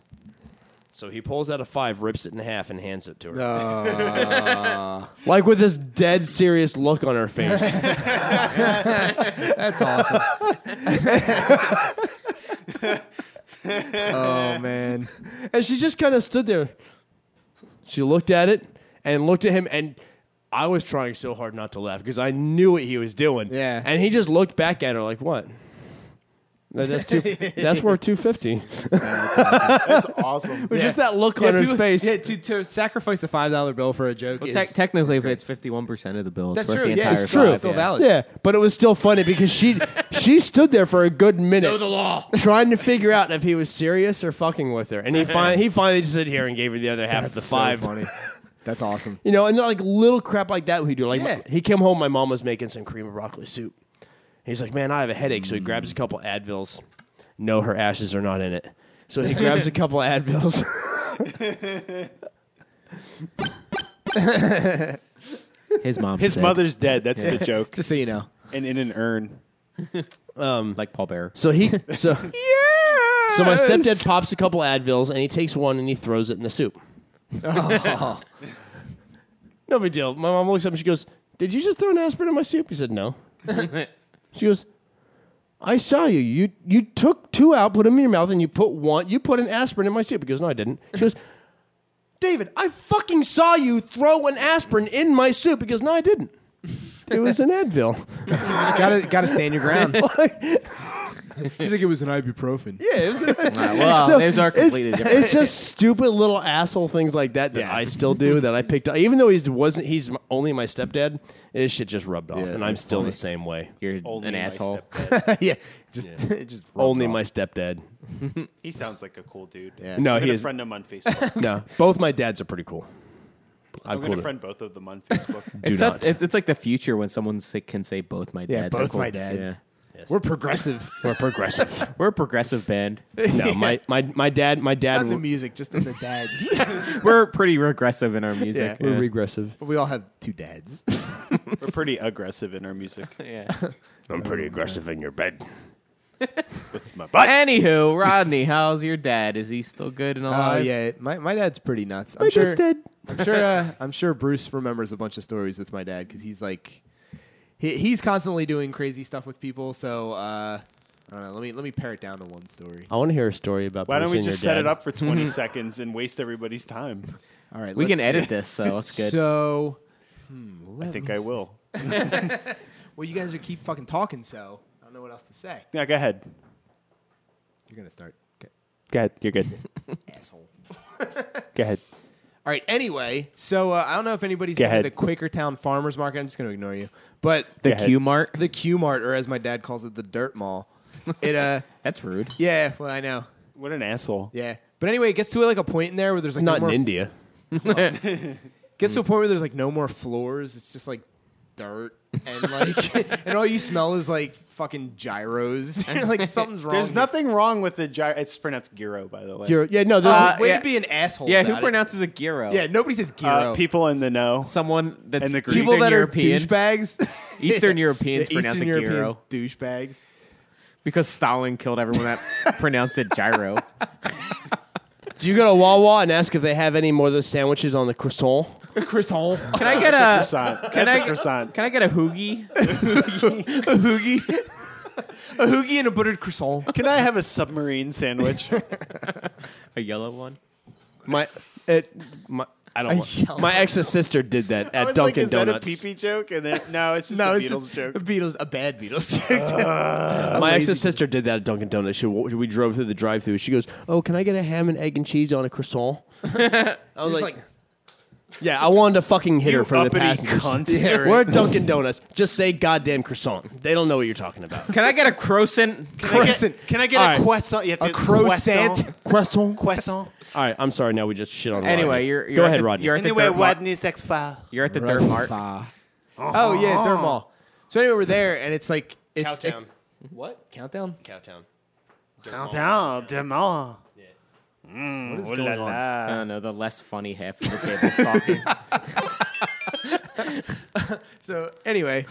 [SPEAKER 4] So he pulls out a five, rips it in half, and hands it to her.
[SPEAKER 3] Ah.
[SPEAKER 4] *laughs* like with this dead serious look on her face.
[SPEAKER 3] That's awesome. oh *laughs* man.
[SPEAKER 4] *laughs* And she just kind of stood there. She looked at it and looked at him, and I was trying so hard not to laugh because I knew what he was doing.
[SPEAKER 3] Yeah.
[SPEAKER 4] And he just looked back at her like, "What? That-
[SPEAKER 3] *laughs*
[SPEAKER 4] That's two. that's worth two fifty.
[SPEAKER 1] That's awesome.
[SPEAKER 4] But Just that look
[SPEAKER 3] Yeah,
[SPEAKER 4] on his
[SPEAKER 3] people-
[SPEAKER 4] face.
[SPEAKER 3] Yeah, to, to sacrifice a five dollar bill for a joke.
[SPEAKER 2] Well,
[SPEAKER 3] is,
[SPEAKER 2] te- technically, if it's fifty-one percent of the bill, it's
[SPEAKER 3] That's
[SPEAKER 2] worth
[SPEAKER 3] true,
[SPEAKER 2] the
[SPEAKER 3] yeah,
[SPEAKER 2] entire.
[SPEAKER 3] it's true.
[SPEAKER 2] five,
[SPEAKER 3] Still
[SPEAKER 2] yeah.
[SPEAKER 3] valid.
[SPEAKER 4] Yeah, but it was still funny
[SPEAKER 3] *laughs*
[SPEAKER 4] because she she stood there for a good minute,
[SPEAKER 2] law.
[SPEAKER 4] trying to figure out if he was serious or fucking with
[SPEAKER 3] *laughs*
[SPEAKER 4] her. And he finally he finally just stood here and gave her the other half
[SPEAKER 3] that's
[SPEAKER 4] of the
[SPEAKER 3] so
[SPEAKER 4] five.
[SPEAKER 3] funny. That's awesome.
[SPEAKER 4] You know, and like little crap like that we do. Like
[SPEAKER 3] Yeah.
[SPEAKER 4] my- he came home, my mom was making some cream of broccoli soup. He's like, "Man, I have a headache," so he grabs a couple Advils. No, her ashes are not in it. So
[SPEAKER 3] *laughs*
[SPEAKER 4] he grabs a couple Advils.
[SPEAKER 2] His mom.
[SPEAKER 1] His
[SPEAKER 2] said,
[SPEAKER 1] mother's dead. That's the joke.
[SPEAKER 3] Just so you know.
[SPEAKER 1] And in an urn.
[SPEAKER 2] like Paul Bear.
[SPEAKER 4] so he so so my stepdad pops a couple Advils and he takes one and he throws it in the soup. *laughs* no big deal. My mom looks up and she goes, "Did you just throw an aspirin in my soup?" He said, "No." She goes, I saw you. You you took two out, put them in your mouth, and you put one. You put an aspirin in my soup. He goes, No, I didn't. She goes, David, I fucking saw you throw an aspirin in my soup. He goes, No, I didn't. It was an Advil.
[SPEAKER 3] *laughs* gotta gotta stand your *laughs* ground. He's like it was an ibuprofen. Yeah.
[SPEAKER 2] well,
[SPEAKER 4] So
[SPEAKER 2] there's our
[SPEAKER 4] it's-
[SPEAKER 2] completely different.
[SPEAKER 4] It's just stupid little asshole things like that that I still do that
[SPEAKER 1] *laughs*
[SPEAKER 4] I picked up. Even though he's wasn't he's m- only my stepdad, his shit just rubbed off, and I'm still the same way.
[SPEAKER 2] You're
[SPEAKER 1] Only
[SPEAKER 2] an
[SPEAKER 1] my
[SPEAKER 2] asshole.
[SPEAKER 1] stepdad.
[SPEAKER 3] *laughs* yeah. Just it *laughs* just rubbed
[SPEAKER 4] Only
[SPEAKER 3] off.
[SPEAKER 4] my stepdad.
[SPEAKER 1] He sounds like a cool dude.
[SPEAKER 3] Yeah.
[SPEAKER 4] No,
[SPEAKER 1] I'm
[SPEAKER 4] he
[SPEAKER 1] gonna
[SPEAKER 4] is.
[SPEAKER 1] friend him on Facebook.
[SPEAKER 4] No, both my dads are pretty cool.
[SPEAKER 1] I'm
[SPEAKER 4] cool
[SPEAKER 1] gonna
[SPEAKER 4] to-
[SPEAKER 1] friend both of them on Facebook.
[SPEAKER 4] do
[SPEAKER 2] It's,
[SPEAKER 4] not.
[SPEAKER 2] not- it's like the future when someone say- can say both my dads.
[SPEAKER 3] Yeah,
[SPEAKER 2] are
[SPEAKER 3] both
[SPEAKER 2] cool.
[SPEAKER 3] my dads.
[SPEAKER 2] Yeah.
[SPEAKER 3] We're progressive.
[SPEAKER 4] We're
[SPEAKER 1] *laughs*
[SPEAKER 4] progressive.
[SPEAKER 2] We're a progressive band.
[SPEAKER 4] No, my, my, my dad my
[SPEAKER 3] Not the
[SPEAKER 4] dad
[SPEAKER 3] music, just in the dads.
[SPEAKER 2] We're pretty regressive in our music.
[SPEAKER 4] we're regressive.
[SPEAKER 3] *laughs* we all have two dads.
[SPEAKER 1] We're pretty aggressive in our music.
[SPEAKER 2] yeah.
[SPEAKER 4] *laughs* I'm pretty aggressive in
[SPEAKER 3] *laughs*
[SPEAKER 4] your bed.
[SPEAKER 1] With my butt.
[SPEAKER 2] Anywho, Rodney, how's your dad? Is he still good and
[SPEAKER 3] Oh
[SPEAKER 2] alive?
[SPEAKER 3] yeah, my, my dad's pretty nuts. I'm sure. I'm sure. *laughs* Uh, I'm sure Bruce remembers a bunch of stories with my dad because he's like, he, he's constantly doing crazy stuff with people. So uh, I don't know. Let me let me pare it down to one story.
[SPEAKER 4] I want to hear a story about.
[SPEAKER 1] Why don't
[SPEAKER 4] Bruce
[SPEAKER 1] we
[SPEAKER 4] and your
[SPEAKER 1] just set
[SPEAKER 4] dad.
[SPEAKER 1] it up for 20 seconds and waste everybody's time?
[SPEAKER 3] All right,
[SPEAKER 2] We
[SPEAKER 3] let's
[SPEAKER 2] can
[SPEAKER 3] see.
[SPEAKER 2] edit this, so
[SPEAKER 3] *laughs*
[SPEAKER 2] it's good.
[SPEAKER 3] So hmm,
[SPEAKER 1] I think I will.
[SPEAKER 3] well, you guys are keep fucking talking. So I don't know what else to say.
[SPEAKER 1] Yeah, go ahead.
[SPEAKER 3] You're gonna start, okay,
[SPEAKER 1] Go ahead. You're good.
[SPEAKER 3] asshole.
[SPEAKER 1] Go ahead.
[SPEAKER 3] All right. Anyway, so uh, I don't know if anybody's
[SPEAKER 1] Go
[SPEAKER 3] been to
[SPEAKER 1] ahead.
[SPEAKER 3] the Quakertown Farmers Market. I'm just gonna ignore you, but
[SPEAKER 2] the
[SPEAKER 1] Go ahead.
[SPEAKER 2] Q Mart.
[SPEAKER 3] the Q Mart, or as my dad calls it, the Dirt Mall. It uh, *laughs*
[SPEAKER 2] That's rude.
[SPEAKER 3] yeah. Well, I know.
[SPEAKER 1] What an asshole.
[SPEAKER 3] Yeah. But anyway, it gets to like a point in there where there's like
[SPEAKER 4] Not
[SPEAKER 3] no more
[SPEAKER 4] in India.
[SPEAKER 3] gets to a point where there's like no more floors. It's just like dirt and like *laughs* and all you smell is like fucking gyros. *laughs*
[SPEAKER 2] *laughs*
[SPEAKER 3] You're like something's wrong.
[SPEAKER 1] There's nothing wrong with the gyro. It's pronounced gyro, by the way.
[SPEAKER 4] You're, yeah, no. there's-
[SPEAKER 3] Uh,
[SPEAKER 2] Uh,
[SPEAKER 3] way
[SPEAKER 2] yeah.
[SPEAKER 3] to be an asshole.
[SPEAKER 2] Yeah,
[SPEAKER 3] about
[SPEAKER 2] who
[SPEAKER 3] it.
[SPEAKER 2] pronounces a gyro?
[SPEAKER 3] Yeah, nobody says gyro.
[SPEAKER 1] Uh, people in the know.
[SPEAKER 2] someone that's
[SPEAKER 1] And the
[SPEAKER 2] Eastern
[SPEAKER 1] Greeks.
[SPEAKER 3] People that
[SPEAKER 2] European.
[SPEAKER 3] are douchebags. *laughs*
[SPEAKER 2] Eastern Europeans
[SPEAKER 3] The
[SPEAKER 2] pronounce
[SPEAKER 3] Eastern
[SPEAKER 2] it
[SPEAKER 3] European
[SPEAKER 2] gyro
[SPEAKER 3] douchebags.
[SPEAKER 2] because Stalin killed everyone
[SPEAKER 3] *laughs*
[SPEAKER 2] that pronounced it gyro.
[SPEAKER 4] do you go to Wawa and ask if they have any more of those sandwiches on the croissant?
[SPEAKER 3] Chris Hall.
[SPEAKER 2] Can I get a,
[SPEAKER 1] Croissant. *laughs*
[SPEAKER 2] can
[SPEAKER 1] That's a
[SPEAKER 2] I-
[SPEAKER 1] croissant.
[SPEAKER 2] Can I get a hoogie?
[SPEAKER 3] *laughs* a hoogie. a hoogie and a buttered croissant.
[SPEAKER 1] Can I have a submarine sandwich?
[SPEAKER 2] a yellow one.
[SPEAKER 4] My it my. I don't.
[SPEAKER 3] yellow-
[SPEAKER 4] Want, my ex's sister did that
[SPEAKER 1] I
[SPEAKER 4] at
[SPEAKER 1] was
[SPEAKER 4] Dunkin'
[SPEAKER 1] like, is
[SPEAKER 4] Donuts.
[SPEAKER 1] that a pee-pee joke? And then, no, it's just
[SPEAKER 3] No,
[SPEAKER 1] a
[SPEAKER 3] it's
[SPEAKER 1] Beatles
[SPEAKER 3] just
[SPEAKER 1] joke.
[SPEAKER 3] a Beatles, a bad Beatles *laughs* joke.
[SPEAKER 4] my
[SPEAKER 3] lazy-
[SPEAKER 4] ex's sister did that at Dunkin' Donuts. She we drove through the drive-through. She goes, "Oh, can I get a ham and egg and cheese on a
[SPEAKER 2] *laughs*
[SPEAKER 4] croissant?" I was
[SPEAKER 3] It's
[SPEAKER 4] like,
[SPEAKER 3] like,
[SPEAKER 4] "Yeah, I wanted to fucking hit her
[SPEAKER 1] You
[SPEAKER 4] for the
[SPEAKER 1] uppity
[SPEAKER 4] passengers." *laughs*
[SPEAKER 1] cunt.
[SPEAKER 3] Yeah, right.
[SPEAKER 4] We're at Dunkin' Donuts. Just say goddamn croissant. They don't know what you're talking
[SPEAKER 1] *laughs*
[SPEAKER 4] about.
[SPEAKER 2] Can I get a croissant?
[SPEAKER 1] Can I get-
[SPEAKER 3] Croissant.
[SPEAKER 1] Can I get
[SPEAKER 4] All
[SPEAKER 1] a
[SPEAKER 4] right.
[SPEAKER 1] croissant? You have to-
[SPEAKER 3] a croissant.
[SPEAKER 4] Croissant.
[SPEAKER 1] Croissant.
[SPEAKER 4] All right, I'm sorry. Now we just shit on.
[SPEAKER 2] Anyway,
[SPEAKER 4] Rodney.
[SPEAKER 2] you're, you're
[SPEAKER 4] go
[SPEAKER 2] at
[SPEAKER 4] ahead,
[SPEAKER 2] the,
[SPEAKER 4] Rodney.
[SPEAKER 2] You're at the
[SPEAKER 1] Anyway,
[SPEAKER 2] dirt mart.
[SPEAKER 1] what news X file?
[SPEAKER 2] You're at the dirt mart.
[SPEAKER 1] Uh-huh.
[SPEAKER 3] Oh yeah, Dermal. So anyway, we're there, and it's like it's
[SPEAKER 4] Cowtown.
[SPEAKER 3] what countdown?
[SPEAKER 4] Cowtown.
[SPEAKER 1] Countdown, demo.
[SPEAKER 3] What is
[SPEAKER 1] Ooh
[SPEAKER 3] going
[SPEAKER 1] la
[SPEAKER 3] on?
[SPEAKER 1] la.
[SPEAKER 2] I don't know. The less funny half of the table's *laughs* talking.
[SPEAKER 3] So anyway,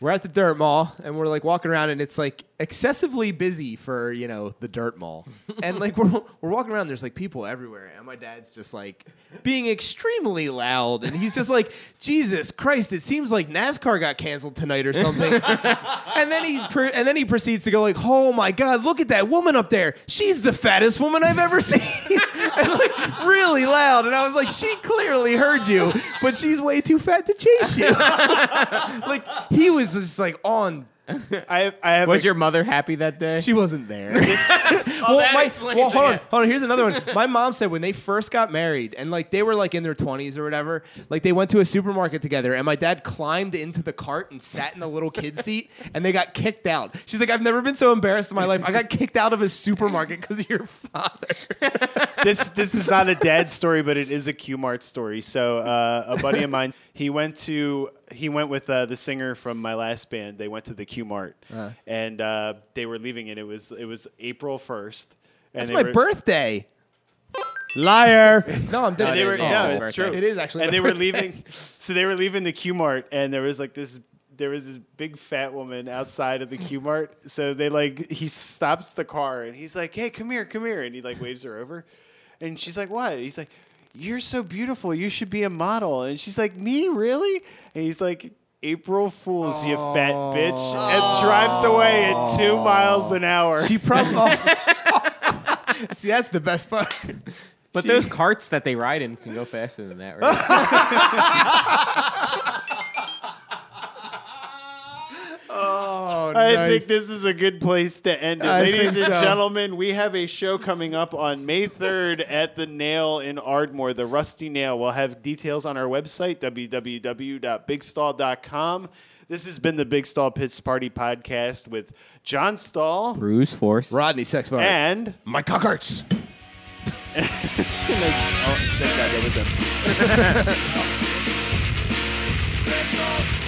[SPEAKER 3] we're at the dirt mall and we're like walking around and it's like excessively busy for, you know, the dirt mall. and like we're we're walking around, there's like people everywhere, and my dad's just like being extremely loud and he's just like, Jesus Christ, it seems like NASCAR got canceled tonight or something. and then he per- and then he proceeds to go like, "Oh my God, look at that woman up there! She's the fattest woman I've ever *laughs* seen," and like really loud. And I was like, "She clearly heard you, but she's way too fat to chase you." like he was just like on.
[SPEAKER 1] I, I have
[SPEAKER 2] Was
[SPEAKER 1] a-
[SPEAKER 2] your mother happy that day?
[SPEAKER 3] She wasn't
[SPEAKER 1] *laughs*
[SPEAKER 3] there. *laughs* well,
[SPEAKER 1] Oh,
[SPEAKER 2] that
[SPEAKER 3] my-
[SPEAKER 2] explains
[SPEAKER 3] well, hold
[SPEAKER 2] it.
[SPEAKER 3] on, hold on. Here's another one. My mom said when they first got married, and like they were like in their 20s or whatever, like they went to a supermarket together, and my dad climbed into the cart and sat in the
[SPEAKER 1] *laughs*
[SPEAKER 3] little kid seat, and they got kicked out. She's like, I've never been so embarrassed in my life. I got kicked out of a supermarket because of your father.
[SPEAKER 1] this this is not a dad story, but it is a Q-Mart story. So uh, a buddy of mine, he went to he went with uh, the singer from my last band. They went to the Q-Mart, and uh, they were leaving, and it was it was April first.
[SPEAKER 3] It's my birthday. Liar. No, I'm dead
[SPEAKER 1] And they were,
[SPEAKER 2] Oh,
[SPEAKER 3] serious.
[SPEAKER 1] yeah,
[SPEAKER 2] it's
[SPEAKER 1] it's
[SPEAKER 2] his
[SPEAKER 1] true.
[SPEAKER 3] It is actually.
[SPEAKER 1] And
[SPEAKER 3] my
[SPEAKER 1] they
[SPEAKER 3] *laughs*
[SPEAKER 1] were
[SPEAKER 3] birthday.
[SPEAKER 1] leaving, so they were leaving the Q Mart, and there was like this, there was this big fat woman outside of the Q Mart. So they like, he stops the car, and he's like, "Hey, come here, come here," and he like waves her over, and she's like, "What?" He's like, "You're so beautiful. You should be a model." And she's like, "Me, really?" And he's like. April Fools, you fat bitch, and drives away at two miles an hour.
[SPEAKER 3] She probably.
[SPEAKER 1] *laughs*
[SPEAKER 3] *laughs* See, that's the best part.
[SPEAKER 2] But those carts that they ride in can go faster than that, right?
[SPEAKER 1] *laughs*
[SPEAKER 3] Oh,
[SPEAKER 1] I
[SPEAKER 3] nice.
[SPEAKER 1] think this is a good place to end it.
[SPEAKER 3] I
[SPEAKER 1] Ladies
[SPEAKER 3] think
[SPEAKER 1] and
[SPEAKER 3] so.
[SPEAKER 1] gentlemen, we have a show coming up on May 3rd at the Nail in Ardmore, the Rusty Nail. We'll have details on our website, www.bigstall.com. This has been the Big Stall Pits Party Podcast with John Stahl
[SPEAKER 2] Bruise force.
[SPEAKER 3] Rodney Sex
[SPEAKER 1] and.
[SPEAKER 3] My cock hurts.
[SPEAKER 1] Oh, thank God that was done.
[SPEAKER 6] Pixel